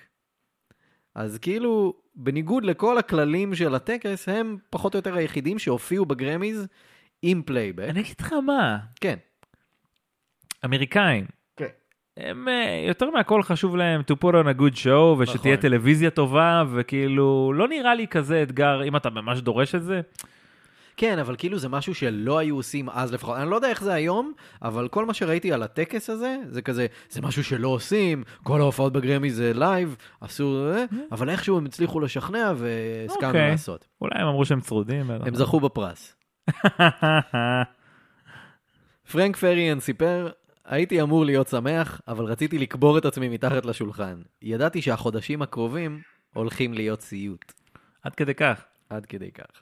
אז כאילו, בניגוד לכל הכללים של הטקס, הם פחות או יותר היחידים שהופיעו בגרמיז עם פלייבק.
אני אגיד לך מה,
כן.
אמריקאים.
כן.
הם אה, יותר מהכל חשוב להם to put on a good show ושתהיה
נכון.
טלוויזיה טובה וכאילו לא נראה לי כזה אתגר אם אתה ממש דורש את זה.
כן, אבל כאילו זה משהו שלא היו עושים אז לפחות. אני לא יודע איך זה היום, אבל כל מה שראיתי על הטקס הזה, זה כזה, זה משהו שלא עושים, כל ההופעות בגרמי זה לייב, אסור, זה, אבל איכשהו הם הצליחו לשכנע והסכמנו
Mm-hmm. אוקיי.
לעשות.
אולי הם אמרו שהם צרודים.
הם זכו בפרס. פרנק פריאן סיפר, הייתי אמור להיות שמח, אבל רציתי לקבור את עצמי מתחת לשולחן. ידעתי שהחודשים הקרובים הולכים להיות סיוט.
עד כדי כך.
עד כדי כך.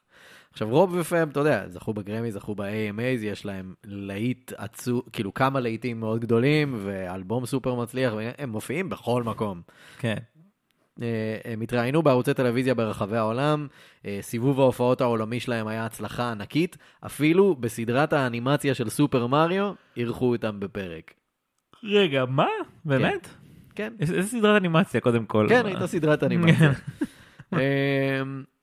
עכשיו, רוב ופאם, אתה יודע, זכו בגרמי, זכו ב-AMAs, יש להם להיט עצום, כאילו כמה להיטים מאוד גדולים, ואלבום סופר מצליח, והם מופיעים בכל מקום.
כן.
אה, הם התראיינו בערוצי טלוויזיה ברחבי העולם, אה, סיבוב ההופעות העולמי שלהם היה הצלחה ענקית, אפילו בסדרת האנימציה של סופר מריו, אירחו אותם בפרק.
רגע, מה? באמת?
כן,
איזה איזה סדרת אנימציה קודם כל?
כן,
מה?
הייתה סדרת אנימציה. אמ,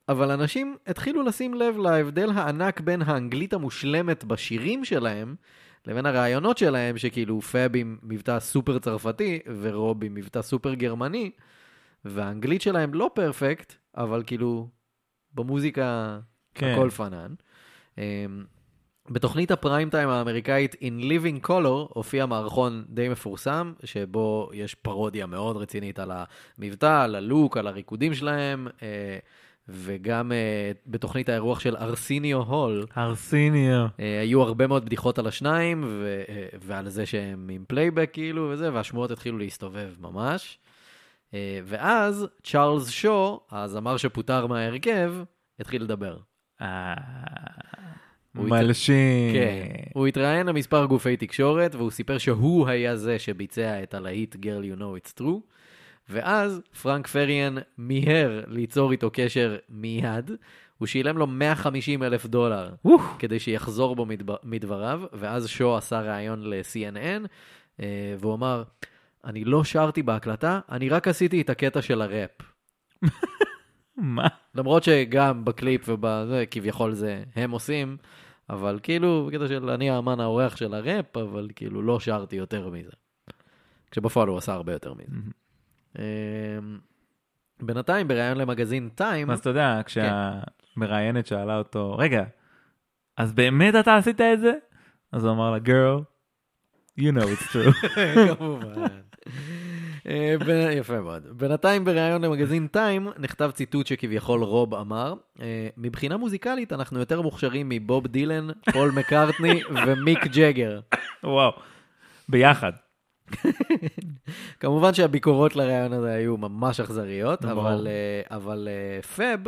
אבל אנשים התחילו לשים לב להבדל הענק בין האנגלית המושלמת בשירים שלהם, לבין הרעיונות שלהם, שכאילו פאב עם מבטא סופר צרפתי, ורוב עם מבטא סופר גרמני, והאנגלית שלהם לא פרפקט, אבל כאילו, במוזיקה
כן.
הכל פנן. אמ, בתוכנית הפריים טיים האמריקאית In Living Color הופיע מערכון די מפורסם, שבו יש פרודיה מאוד רצינית על המבטא, על הלוק, על הריקודים שלהם, אה, וגם אה, בתוכנית האירוח של ארסיניו הול.
ארסיניו.
אה, היו הרבה מאוד בדיחות על השניים ו, אה, ועל זה שהם עם פלייבק כאילו וזה, והשמועות התחילו להסתובב ממש. אה, ואז צ'ארלס שו, הזמר שפוטר מההרכב, התחיל לדבר.
אה,
הוא
מלשין.
כן. הוא התראיין למספר גופי תקשורת, והוא סיפר שהוא היה זה שביצע את הלהיט Girl You Know It's True, ואז פרנק פריאן מיהר ליצור איתו קשר מיד, הוא שילם לו 150 אלף דולר
אוף.
כדי שיחזור בו מדבר, מדבריו, ואז שו עשה ראיון ל-CNN, אה, והוא אמר, אני לא שרתי בהקלטה, אני רק עשיתי את הקטע של הראפ.
מה?
למרות שגם בקליפ ובזה, כביכול זה הם עושים, אבל כאילו, בקטע של אני האמן האורח של הראפ, אבל כאילו לא שרתי יותר מזה. כשבפועל הוא עשה הרבה יותר מזה. אמ, בינתיים, בריאיון למגזין טיים,
אז אתה יודע,
כן.
כשהמראיינת שאלה אותו, רגע, אז באמת אתה עשית את זה? אז הוא אמר לה, girl, you know it's true.
כמובן. אה, ב- יפה מאוד. בינתיים בריאיון למגזין טיים נכתב ציטוט שכביכול רוב אמר, אה, מבחינה מוזיקלית אנחנו יותר מוכשרים מבוב דילן, פול מקארטני ומיק ג'גר.
וואו, ביחד.
כמובן שהביקורות לרעיון הזה היו ממש אכזריות,
נו,
אבל,
ברור.
אה, אבל אה, פאב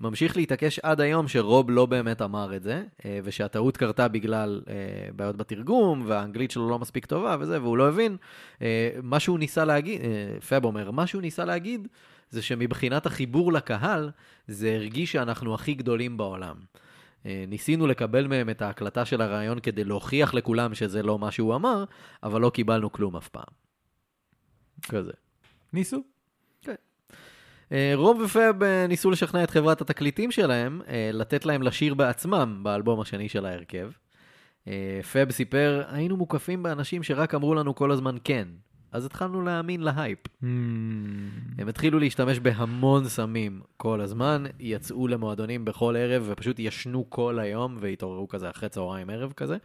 ממשיך להתעקש עד היום שרוב לא באמת אמר את זה, אה, ושהטעות קרתה בגלל אה, בעיות בתרגום, והאנגלית שלו לא מספיק טובה וזה, והוא לא הבין. אה, מה שהוא ניסה להגיד, אה, פאב אומר, מה שהוא ניסה להגיד זה שמבחינת החיבור לקהל, זה הרגיש שאנחנו הכי גדולים בעולם. אה, ניסינו לקבל מהם את ההקלטה של הרעיון כדי להוכיח לכולם שזה לא מה שהוא אמר, אבל לא קיבלנו כלום אף פעם. כזה.
ניסו.
אה, רוב ופאב אה, ניסו לשכנע את חברת התקליטים שלהם אה, לתת להם לשיר בעצמם באלבום השני של ההרכב. אה, פאב סיפר, היינו מוקפים באנשים שרק אמרו לנו כל הזמן כן, אז התחלנו להאמין להייפ.
Hmm. Mm.
הם התחילו להשתמש בהמון סמים כל הזמן, יצאו למועדונים בכל ערב ופשוט ישנו כל היום והתעוררו כזה אחרי צהריים ערב כזה.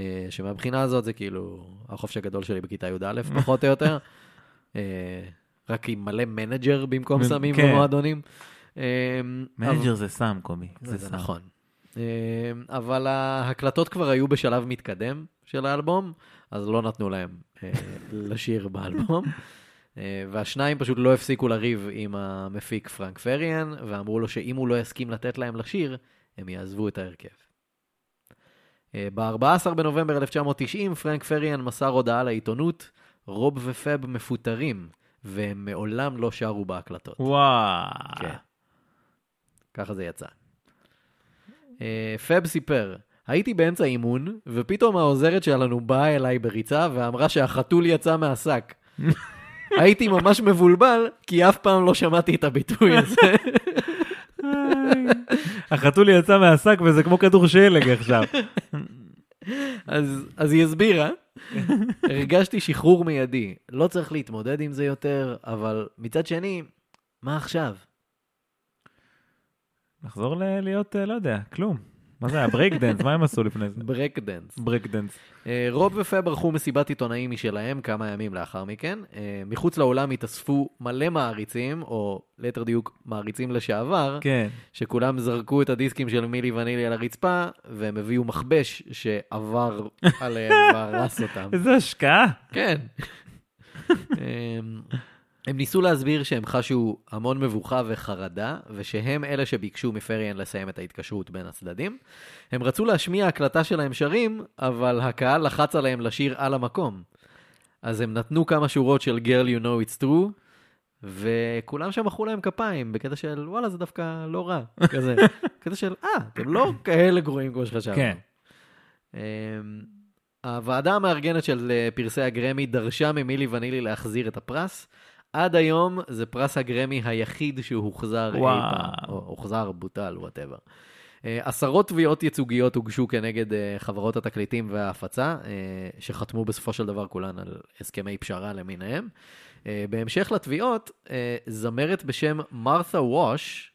אה, שמבחינה הזאת זה כאילו החופש הגדול שלי בכיתה י"א פחות או יותר. אה, רק עם מלא מנג'ר במקום
מ-
סמים
כן.
במועדונים. אה, אבל-
מנג'ר זה סם קומי.
זה,
זה סם.
נכון. אמ, אבל ההקלטות כבר היו בשלב מתקדם של האלבום, אז לא נתנו להם אה, לשיר באלבום. אה, והשניים פשוט לא הפסיקו לריב עם המפיק פרנק פריאן, ואמרו לו שאם הוא לא יסכים לתת להם לשיר, הם יעזבו את ההרכב. אה, ב-14 בנובמבר 1990, פרנק פריאן מסר הודעה לעיתונות, רוב ופאב מפוטרים, והם מעולם לא שרו בהקלטות.
וואו.
כן. ככה זה יצא. אה, פאב סיפר, הייתי באמצע אימון, ופתאום העוזרת שלנו באה אליי בריצה ואמרה שהחתול יצא מהשק. הייתי ממש מבולבל, כי אף פעם לא שמעתי את הביטוי הזה.
החתול יצא מהשק וזה כמו כדור שלג עכשיו.
אז, אז היא הסבירה. הרגשתי שחרור מיידי, לא צריך להתמודד עם זה יותר, אבל מצד שני, מה עכשיו?
נחזור ל- להיות, אה, לא יודע, כלום. מה זה היה? ברייקדנס? מה הם עשו לפני זה?
ברקדנס.
ברייקדנס.
אה, רוב ופאב ערכו מסיבת עיתונאים משלהם כמה ימים לאחר מכן. אה, מחוץ לאולם התאספו מלא מעריצים, או ליתר דיוק מעריצים לשעבר,
כן.
שכולם זרקו את הדיסקים של מילי ונילי על הרצפה, והם הביאו מכבש שעבר עליהם והרס אותם.
איזה השקעה.
כן. אמ, הם ניסו להסביר שהם חשו המון מבוכה וחרדה, ושהם אלה שביקשו מפריאן לסיים את ההתקשרות בין הצדדים. הם רצו להשמיע הקלטה שלהם שרים, אבל הקהל לחץ עליהם לשיר על המקום. אז הם נתנו כמה שורות של Girl You Know It's True, וכולם שם מחאו להם כפיים, בקטע של וואלה זה דווקא לא רע, כזה. קטע של אה, אתם לא כאלה גרועים כמו שחשבנו.
כן.
אמ, הוועדה המארגנת של אה, פרסי הגרמי דרשה ממילי ונילי להחזיר את הפרס. עד היום זה פרס הגרמי היחיד שהוחזר
וואו.
אי פעם, או הוחזר, בוטל, וואטאבר. עשרות תביעות ייצוגיות הוגשו כנגד אה, חברות התקליטים וההפצה, אה, שחתמו בסופו של דבר כולן על הסכמי פשרה למיניהם. אה, בהמשך לתביעות, אה, זמרת בשם מרת'ה ווש,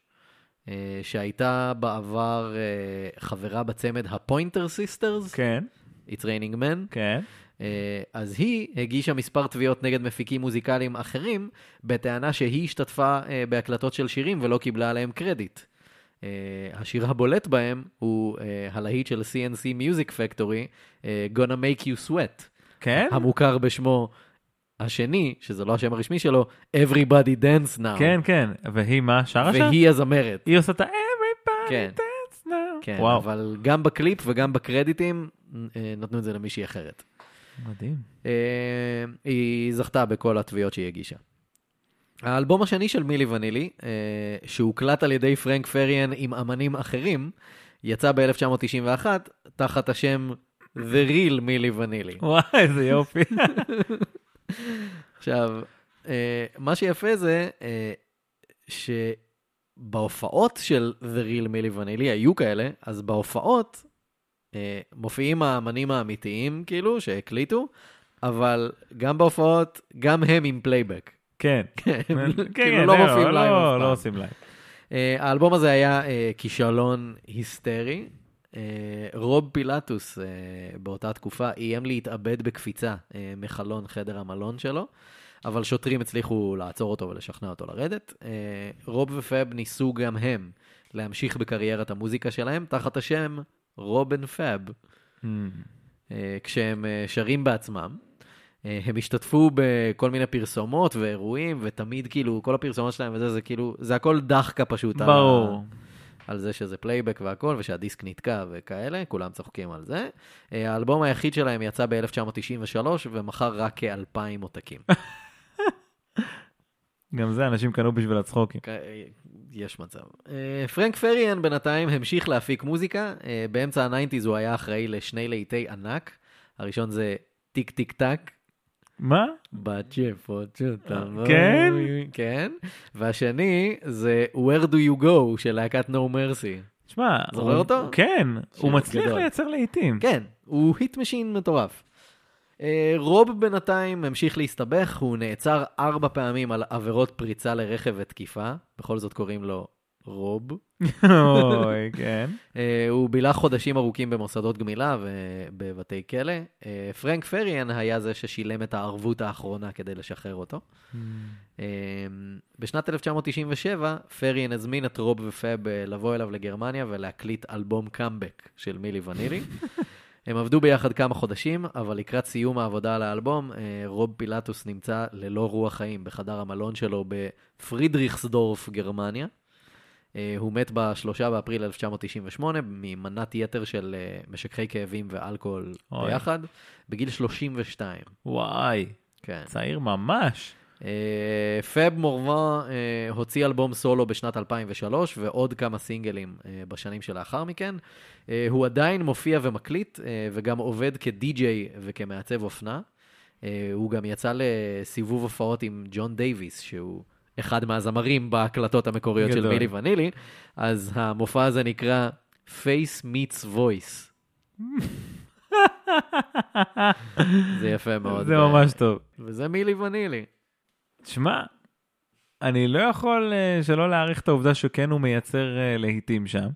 אה, שהייתה בעבר אה, חברה בצמד הפוינטר סיסטרס,
כן,
It's Raining Man,
כן.
אה, אז היא הגישה מספר תביעות נגד מפיקים מוזיקליים אחרים, בטענה שהיא השתתפה אה, בהקלטות של שירים ולא קיבלה עליהם קרדיט. אה, השיר הבולט בהם הוא אה, הלהיט של CNC Music Factory, אה, Gonna Make You Sweat,
כן?
המוכר בשמו השני, שזה לא השם הרשמי שלו, Everybody Dance Now.
כן, כן. והיא מה? שרה שם?
אה.
אה,
והיא הזמרת.
היא עושה את ה-Everybody
כן.
dance now.
כן,
וואו,
אבל גם בקליפ וגם בקרדיטים אה, נתנו את זה למישהי אחרת.
מדהים.
אה, היא זכתה בכל התביעות שהיא הגישה. האלבום השני של מילי ונילי, אה, שהוקלט על ידי פרנק פריאן עם אמנים אחרים, יצא ב-1991 תחת השם The Real מילי ונילי.
וואי, איזה יופי.
עכשיו, אה, מה שיפה זה אה, שבהופעות של The Real מילי ונילי, היו כאלה, אז בהופעות אה, מופיעים האמנים האמיתיים, כאילו, שהקליטו, אבל גם בהופעות, גם הם עם פלייבק.
כן.
כן,
כן,
כאילו לא
זהו,
מופיעים
לא-
להם אף
לא
פעם.
עושים לייב.
אה, האלבום הזה היה אה, כישלון היסטרי. אה, רוב פילטוס אה, באותה תקופה איים להתאבד בקפיצה אה, מחלון חדר המלון שלו, אבל שוטרים הצליחו לעצור אותו ולשכנע אותו לרדת. אה, רוב ופאב ניסו גם הם להמשיך בקריירת המוזיקה שלהם תחת השם רובן פאב. אה, כשהם אה, שרים בעצמם. אה, הם השתתפו בכל מיני פרסומות ואירועים, ותמיד כאילו, כל הפרסומות שלהם וזה, זה כאילו, זה הכל דחקה פשוט. על ה-
Mm. ברור.
על זה שזה פלייבק והכל, ושהדיסק נתקע וכאלה, כולם צוחקים על זה. אה, האלבום היחיד שלהם יצא ב-1993, ומכר רק כ-2,000 עותקים.
גם זה אנשים קנו בשביל הצחוקים.
כ- אוקיי, יש מצב. אה, פרנק פריאן בינתיים המשיך להפיק מוזיקה. אה, באמצע הניינטיז הוא היה אחראי לשני להיטי ענק. הראשון זה טיק טיק טק.
מה?
בצ'פות שאתה
כן?
כן. והשני זה Where Do You Go של להקת No Mercy.
תשמע,
זוכר
הוא-
אותו?
כן, הוא
שיר
מצליח
גדול.
לייצר לעיתים.
כן, הוא היט משין מטורף. אה, רוב בינתיים המשיך להסתבך, הוא נעצר ארבע פעמים על עבירות פריצה לרכב ותקיפה, בכל זאת קוראים לו רוב.
אוי, כן.
אה, הוא בילה חודשים ארוכים במוסדות גמילה ובבתי כלא. אה, פרנק פריאן היה זה ששילם את הערבות האחרונה כדי לשחרר אותו. אמ, בשנת 1997, פריאן הזמין את רוב ופאב אה, לבוא אליו לגרמניה ולהקליט אלבום קאמבק של מילי ונילי. הם עבדו ביחד כמה חודשים, אבל לקראת סיום העבודה על האלבום, אה, רוב פילטוס נמצא ללא רוח חיים בחדר המלון שלו בפרידריכסדורף, גרמניה. אה, הוא מת ב-3 באפריל 1998 ממנת יתר של אה, משככי כאבים ואלכוהול
אוי.
ביחד, בגיל 32.
וואי,
כן.
צעיר ממש.
אה, פאב מורווה אה, הוציא אלבום סולו בשנת 2003 ועוד כמה סינגלים אה, בשנים שלאחר מכן. אה, הוא עדיין מופיע ומקליט אה, וגם עובד כדי-ג'יי וכמעצב אופנה. אה, הוא גם יצא לסיבוב הופעות עם ג'ון דייוויס, שהוא אחד מהזמרים בהקלטות המקוריות של
גדול.
מילי ונילי. אז המופע הזה נקרא Face Meets Voice. זה יפה מאוד. אה,
זה ממש טוב.
וזה מילי ונילי.
תשמע, אני לא יכול אה, שלא להעריך את העובדה שכן הוא מייצר אה, להיטים שם.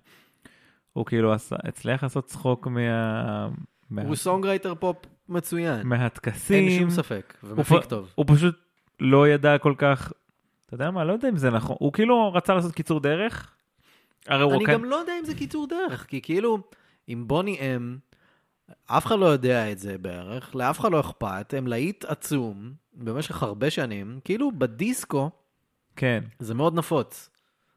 הוא כאילו עשה- הצליח לעשות צחוק מה... מה-
הוא סונגרייטר פופ מצוין.
מהטקסים.
אין שום ספק,
הוא
ומפיק
פ-
טוב.
הוא פשוט לא ידע כל כך, אתה יודע מה, לא יודע אם זה נכון, הוא כאילו רצה לעשות קיצור דרך. הרי הוא כן-
אני לא
הקנ-
גם לא יודע אם זה קיצור דרך, כי כאילו, עם בוני אם, אף אחד לא יודע את זה בערך, לאף אחד לא אכפת, הם להיט עצום במשך הרבה שנים, כאילו בדיסקו
כן.
זה מאוד נפוץ.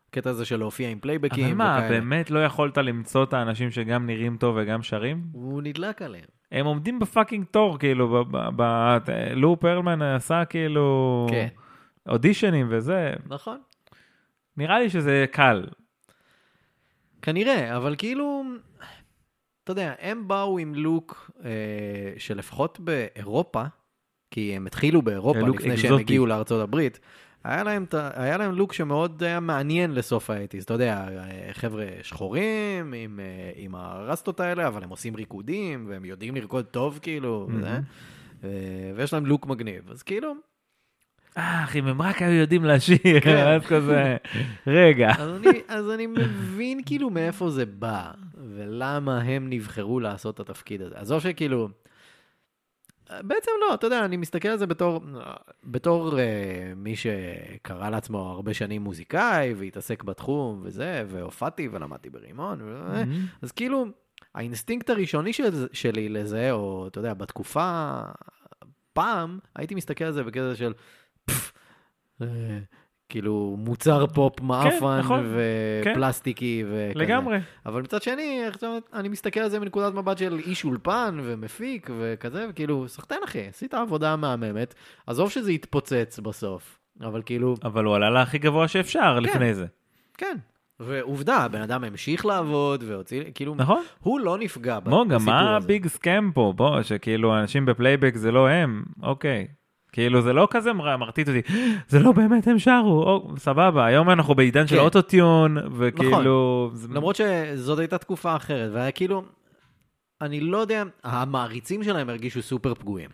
הקטע הזה של להופיע עם פלייבקים
אבל
וכאלה.
מה, באמת לא יכולת למצוא את האנשים שגם נראים טוב וגם שרים?
הוא נדלק עליהם.
הם עומדים בפאקינג תור, כאילו, ב- ב- ב- לו פרלמן עשה כאילו...
כן,
אודישנים וזה,
נכון.
נראה לי שזה קל.
כנראה, אבל כאילו, אתה יודע, הם באו עם לוק אה, שלפחות באירופה, כי הם התחילו באירופה
היה לוק
לפני שהם
אקזוטי.
הגיעו לארצות הברית, היה להם, ת- היה להם לוק שמאוד היה מעניין לסוף האייטיז, אתה יודע, אה, חבר'ה שחורים עם, אה, עם הרסטות האלה, אבל הם עושים ריקודים, והם יודעים לרקוד טוב כאילו,
Mhm.
וזה, אה, ויש להם לוק מגניב, אז כאילו,
אה, אחי, אם הם רק היו יודעים לשיר,
כן.
אז כזה, רגע.
אז אני, אז אני מבין כאילו מאיפה זה בא, ולמה הם נבחרו לעשות את התפקיד הזה. עזוב שכאילו... בעצם לא, אתה יודע, אני מסתכל על זה בתור, בתור uh, מי שקרא לעצמו הרבה שנים מוזיקאי, והתעסק בתחום וזה, והופעתי ולמדתי ברימון, וזה, אז כאילו, האינסטינקט הראשוני של, שלי לזה, או אתה יודע, בתקופה, פעם, הייתי מסתכל על זה בקטע של, "פף, אה, כאילו, מוצר פופ מעפן
נכון, כן.
ופלסטיקי וכזה.
לגמרי.
אבל מצד שני, עכשיו אני מסתכל על זה מנקודת מבט של איש אולפן ומפיק וכזה, וכאילו, סחטיין אחי, עשית עבודה מהממת, עזוב שזה יתפוצץ בסוף, אבל כאילו,
אבל הוא עלה להכי גבוה שאפשר לפני זה.
כן. ועובדה, הבן אדם המשיך לעבוד והוציא, כאילו,
נכון?
הוא לא נפגע ב-
בוא, גם
בסיפור
מה
הזה.
הביג סקאם פה? בוא, שכאילו אנשים בפלייבק זה לא הם, אוקיי. כאילו זה לא כזה מר- מרטיט אותי, זה לא באמת הם שרו, או, סבבה, היום אנחנו בעידן של
כן.
אוטוטיון, וכאילו... זה-
למרות שזאת הייתה תקופה אחרת, והיה כאילו, אני לא יודע, המעריצים שלהם הרגישו סופר פגועים.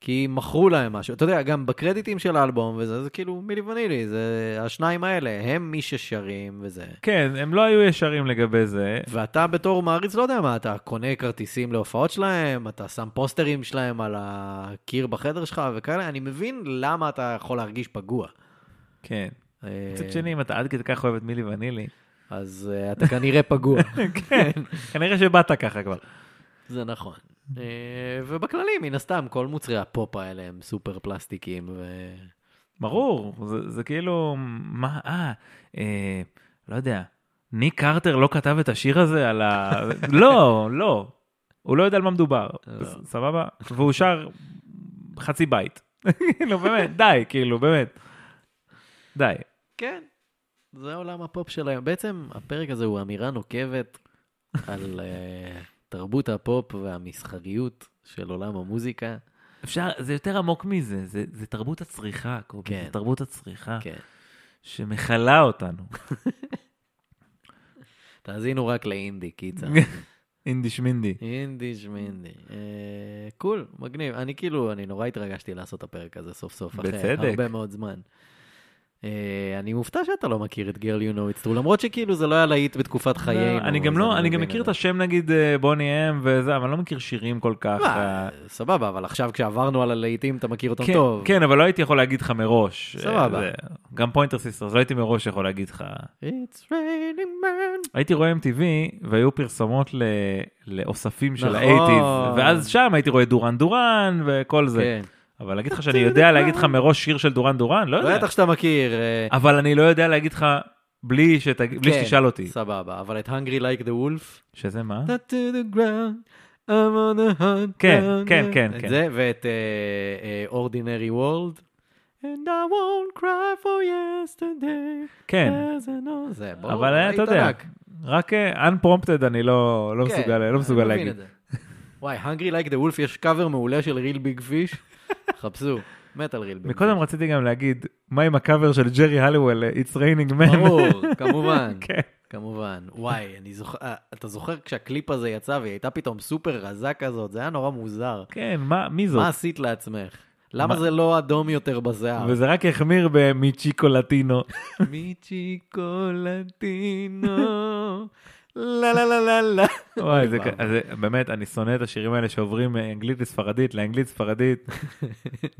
כי מכרו להם משהו. אתה יודע, גם בקרדיטים של האלבום וזה, זה כאילו מילי ונילי, זה השניים האלה, הם מי ששרים וזה.
כן, הם לא היו ישרים לגבי זה.
ואתה בתור מעריץ, לא יודע מה, אתה קונה כרטיסים להופעות שלהם, אתה שם פוסטרים שלהם על הקיר בחדר שלך וכאלה, אני מבין למה אתה יכול להרגיש פגוע.
כן.
אה,
מצד שני, אם אתה עד כדי כך אוהב את מילי ונילי,
אז אה, אתה כנראה פגוע.
כן, כנראה שבאת ככה כבר.
זה נכון. אה, ובכללי, מן הסתם, כל מוצרי הפופ האלה הם סופר פלסטיקים. ו...
ברור, זה, זה כאילו, מה, אה, אה, לא יודע, ניק קרטר לא כתב את השיר הזה על ה... לא, לא, הוא לא יודע על מה מדובר,
לא.
ס- סבבה? והוא שר חצי בית. כאילו, באמת, די, כאילו, באמת. די.
כן, זה עולם הפופ שלהם. בעצם, הפרק הזה הוא אמירה נוקבת על אה, תרבות הפופ והמסחריות של עולם המוזיקה.
אפשר, זה יותר עמוק מזה, זה, זה תרבות הצריכה, קובי,
כן.
זה תרבות הצריכה
כן.
שמכלה אותנו.
תאזינו רק לאינדי, קיצר.
אינדי שמינדי.
אינדי שמינדי. אה, קול, מגניב. אני כאילו, אני נורא התרגשתי לעשות את הפרק הזה סוף סוף, אחרי
בצדק.
הרבה מאוד זמן. אה, אני מופתע שאתה לא מכיר את Girl You Know It's True, למרות שכאילו זה לא היה להיט בתקופת חיינו.
אני
אז
גם לא, אני גם
מבין
מכיר את
זה.
השם נגיד אה, בוני אם וזה, אבל אני לא מכיר שירים כל כך. אה,
מה, סבבה, אבל עכשיו כשעברנו על הלהיטים אתה מכיר אותם
כן,
טוב.
כן, אבל לא הייתי יכול להגיד לך מראש. אה,
סבבה.
זה- גם פוינטר סיסטרס, לא הייתי מראש יכול להגיד לך.
It's raining man.
הייתי רואה MTV והיו פרסומות ל- לאוספים של
נכון.
האייטיז, ואז שם הייתי רואה דורן דורן וכל זה.
כן.
אבל להגיד לך שאני יודע להגיד לך מראש שיר של דורן דורן? לא יודע.
בטח שאתה מכיר. אה,
אבל אני לא יודע להגיד לך בלי שתג- בלי
כן,
שתשאל אותי.
סבבה, אבל את Hungry Like the Wolf.
שזה מה?
Not to the ground, I'm on the hunt.
כן,
down
כן,
the-
כן,
את
כן.
זה, ואת uh, Ordinary World. And I won't cry for yesterday.
כן.
as I know. זה, ברור,
אבל אתה
היית
יודע,
רק.
רק אה, unprompted אני לא לא
כן,
מסוגל לא
אני
מסוגל
מבין
להגיד.
את זה. וואי, Hungry Like the Wolf יש קאבר מעולה של real big fish. חפשו, מת על real big fish.
מקודם רציתי גם להגיד, מה עם הקאבר של ג'רי הלוול, It's raining man?
ברור, כמובן.
כן.
כמובן. וואי, אני זוכר, אה, אתה זוכר כשהקליפ הזה יצא והיא הייתה פתאום סופר רזה כזאת, זה היה נורא מוזר.
כן, מה, מי זאת?
מה עשית לעצמך? למה
מה?
זה לא אדום יותר בזיער?
וזה רק החמיר במיצ'יקו לטינו.
מיצ'יקו לטינו, לה לה לה לה לה.
וואי, זה כ- אז זה- באמת, אני שונא את השירים האלה שעוברים מאנגלית לספרדית לאנגלית ספרדית.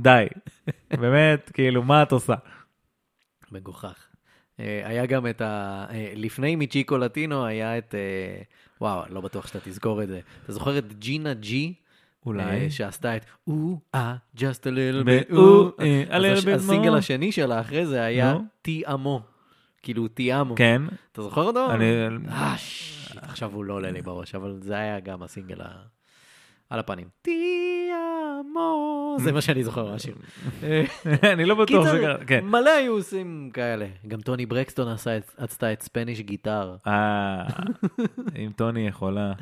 די. באמת, כאילו, מה את עושה?
מגוחך. אה, היה גם את ה... אה, לפני מיצ'יקו לטינו היה את... אה, וואו, אני לא בטוח שאתה תזכור את זה. אתה זוכר את ג'ינה ג'י?
אולי.
אה, שעשתה את או אה, just a little bit,
ב-או,
או
אה, a little bit
הסינגל
more.
השני שלה אחרי זה היה
נו.
תיאמו. כאילו תיאמו.
כן,
אתה זוכר אותו?
אני...
אה, שיט, עכשיו הוא לא עולה לי בראש, אבל זה היה גם הסינגל ה- על הפנים. תיאמו. זה מה שאני זוכר מהשיר. אה,
אני לא בטוח
קיצר,
שקרה, כן.
מלא היו עושים כאלה. גם טוני ברקסטון עשה את- עשתה את ספניש גיטר.
אה, אם טוני יכולה,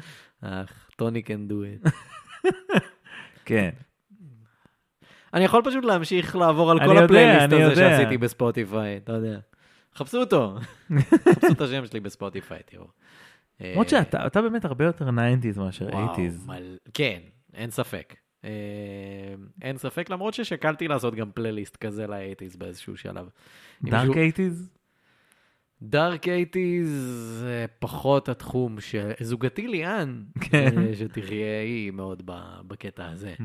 אך, טוני can do it.
כן.
אה. אני יכול פשוט להמשיך לעבור על
אני
כל
יודע,
הפלייליסט
אני
הזה
יודע.
שעשיתי בספוטיפיי, אתה יודע. חפשו אותו. חפשו את השם שלי בספוטיפיי, תראו. אה,
למרות שאתה אתה באמת הרבה יותר 90's מאשר
וואו,
80's.
מל- כן, אין ספק. אה, אין ספק, למרות ששקלתי לעשות גם פלייליסט כזה לאייטיז באיזשהו שלב. אם
דארק
מישהו-
80's?
דארק אייטיז זה פחות התחום של... זוגתי ליאן,
כן.
אה, שתחיה היא מאוד ב- בקטע הזה.
Hmm,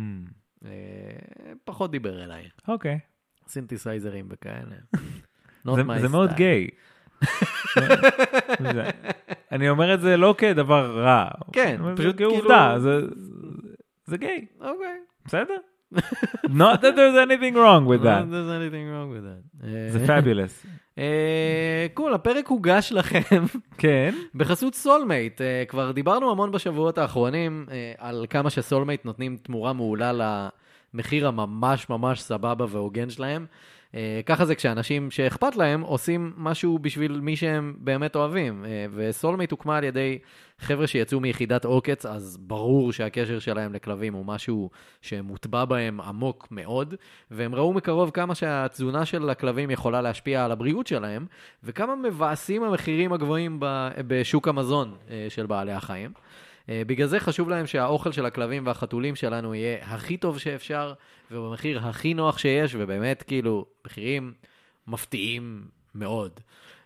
אה, פחות דיבר אליי.
אוקיי.
סינתסייזרים וכאלה. Not
זה-
my
זה מאוד
style.
גיי. זה- אני אומר את זה לא כדבר רע.
כן,
אבל
פשוט
זה
כאילו-
כעובדה, זה- זה גיי,
אוקיי.
בסדר? Not that there's anything wrong with
Not
that.
there's anything wrong with that. אה,
זה fabulous.
אה, קול, הפרק הוגש לכם
כן,
בחסות סולמייט. אה, כבר דיברנו המון בשבועות האחרונים אה, על כמה שסולמייט נותנים תמורה מעולה למחיר הממש ממש סבבה והוגן שלהם. אה, ככה זה כשאנשים שאכפת להם עושים משהו בשביל מי שהם באמת אוהבים. אה, וסולמייט הוקמה על ידי חבר'ה שיצאו מיחידת עוקץ, אז ברור שהקשר שלהם לכלבים הוא משהו שמוטבע בהם עמוק מאוד, והם ראו מקרוב כמה שהתזונה של הכלבים יכולה להשפיע על הבריאות שלהם, וכמה מבאסים המחירים הגבוהים ב- בשוק המזון אה, של בעלי החיים. אה, בגלל זה חשוב להם שהאוכל של הכלבים והחתולים שלנו יהיה הכי טוב שאפשר, ובמחיר הכי נוח שיש, ובאמת, כאילו, מחירים מפתיעים מאוד.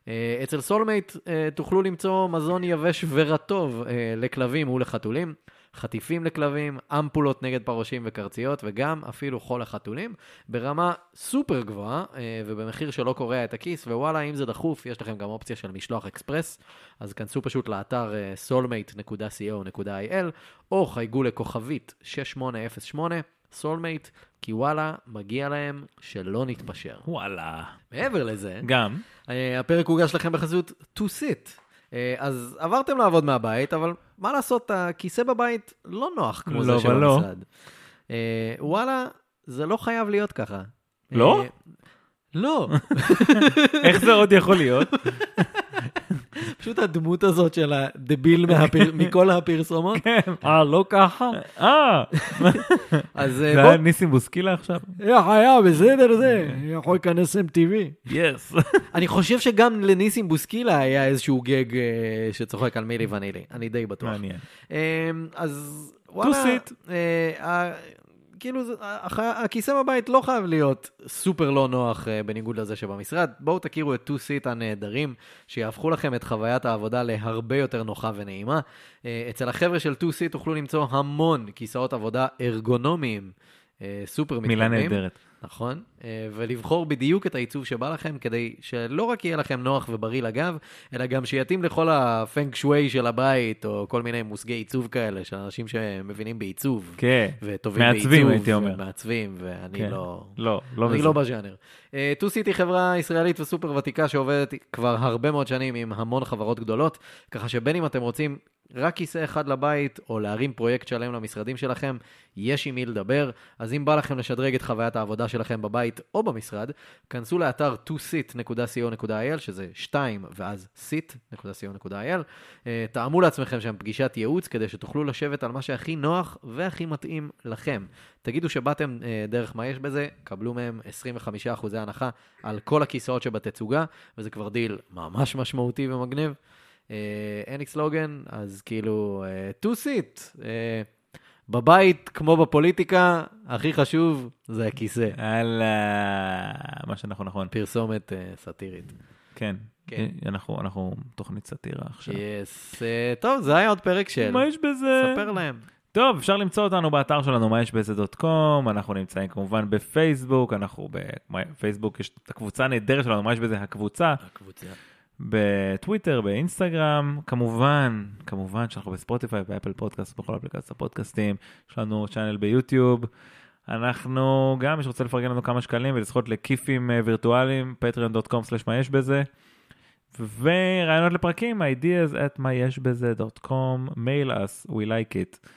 אה, אצל סולמייט אה, תוכלו למצוא מזון יבש ורטוב אה, לכלבים ולחתולים, חטיפים לכלבים, אמפולות נגד פרושים וקרציות, וגם אפילו חול החתולים, ברמה סופר גבוהה, אה, ובמחיר שלא קורע את הכיס, ווואלה, אם זה דחוף, יש לכם גם אופציה של משלוח אקספרס, אז כנסו פשוט לאתר אה, soulmate.co.il, או חייגו לכוכבית 6808, soulmate, כי וואלה, מגיע להם שלא נתפשר.
וואלה.
מעבר לזה,
גם.
אה, הפרק הוגש לכם בחסות To Sit. אה, אז עברתם לעבוד מהבית, אבל מה לעשות, הכיסא בבית לא נוח כמו
לא
זה של
ולא.
המשרד. אה, וואלה, זה לא חייב להיות ככה.
לא?
אה, לא,
איך זה עוד יכול להיות?
פשוט הדמות הזאת של הדביל מהפר- מכל הפרסומות.
אה, לא ככה? אה, לא.
אז
זה
אה,
היה
בוא,
ניסים בוסקילה עכשיו?
איך היה, בסדר זה, יכול להיכנס MTV.
יס.
אני חושב שגם לניסים בוסקילה היה איזשהו גג אה, שצוחק על מילי ונילי, אני די בטוח.
מעניין.
אמ, אז וואלה,
sit.
אה, ה- כאילו זה- הח- הכיסא בבית לא חייב להיות סופר לא נוח אה, בניגוד לזה שבמשרד. בואו תכירו את 2-seat הנהדרים, שיהפכו לכם את חוויית העבודה להרבה יותר נוחה ונעימה. אה, אצל החבר'ה של 2-seat תוכלו למצוא המון כיסאות עבודה ארגונומיים. אה, סופר מתקדמים.
מילה נהדרת.
נכון, אה, ולבחור בדיוק את העיצוב שבא לכם, כדי שלא רק יהיה לכם נוח ובריא לגב, אלא גם שיתאים לכל הפנק שווי של הבית, או כל מיני מושגי עיצוב כאלה, של אנשים שמבינים בעיצוב,
כן.
וטובים
מעצבים,
בעיצוב,
הייתי אומר.
ומעצבים, ואני
כן.
לא...
לא, לא
אני
בזה.
לא בז'אנר. טו סיט היא חברה ישראלית וסופר ותיקה שעובדת כבר הרבה מאוד שנים עם המון חברות גדולות, ככה שבין אם אתם רוצים רק כיסא אחד לבית, או להרים פרויקט שלם למשרדים שלכם, יש עם מי לדבר. אז אם בא לכם לשדרג את חוויית העבודה שלכם בבית או במשרד, כנסו לאתר 2sit.co.il, שזה 2 ואז sit.co.il. אה, תאמו לעצמכם שם פגישת ייעוץ, כדי שתוכלו לשבת על מה שהכי נוח והכי מתאים לכם. תגידו שבאתם אה, דרך מה יש בזה, קבלו מהם 25% הנחה על כל הכיסאות שבתצוגה, וזה כבר דיל ממש משמעותי ומגניב. אה, אין לי סלוגן, אז כאילו, אה, two sit. אה, בבית, כמו בפוליטיקה, הכי חשוב זה הכיסא.
הלאה, מה שאנחנו נכון.
פרסומת אה, סאטירית.
כן.
כן. אה,
אנחנו אנחנו תוכנית סאטירה עכשיו.
יס, אה, טוב, זה היה עוד פרק של...
מה יש בזה?
ספר להם.
טוב, אפשר למצוא אותנו באתר שלנו, מה יש בזה דוט קום, אנחנו נמצאים כמובן בפייסבוק, אנחנו בפייסבוק, יש את הקבוצה הנהדרת שלנו, מה יש בזה הקבוצה,
הקבוצה.
בטוויטר, באינסטגרם, כמובן, כמובן שאנחנו בספוטיפיי, באפל פודקאסט, בכל אפליקציות הפודקאסטים, יש לנו צ'אנל ביוטיוב. אנחנו גם, מי שרוצה לפרגן לנו כמה שקלים ולזכות לכיפים אה, וירטואליים, patreon.com/מה יש בזה. ורעיונות לפרקים, ideas at מה יש בזה .com, mail us, we like it.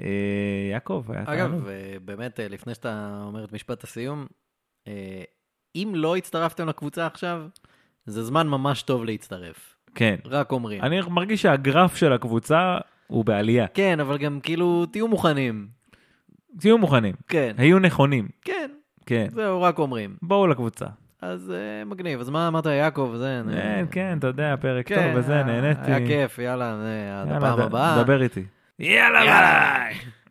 אה, יעקב, היה
אגב,
תענוג.
אה, באמת, אה, לפני שאתה אומר את משפט הסיום, אה, אם לא הצטרפתם לקבוצה עכשיו, זה זמן ממש טוב להצטרף.
כן.
רק אומרים.
אני מרגיש שהגרף של הקבוצה הוא בעלייה.
כן, אבל גם כאילו, תהיו מוכנים.
תהיו מוכנים,
כן,
היו נכונים,
כן,
כן.
זהו, רק אומרים.
בואו לקבוצה.
אז אה, מגניב. אז מה אמרת, יעקב? זה...
כן, כן, אתה יודע, פרק
כן,
טוב וזה,
היה-
נהניתי.
היה כיף, יאללה, זה, עד
יאללה,
הפעם
ד-
הבאה.
דבר איתי.
יאללה, ביי!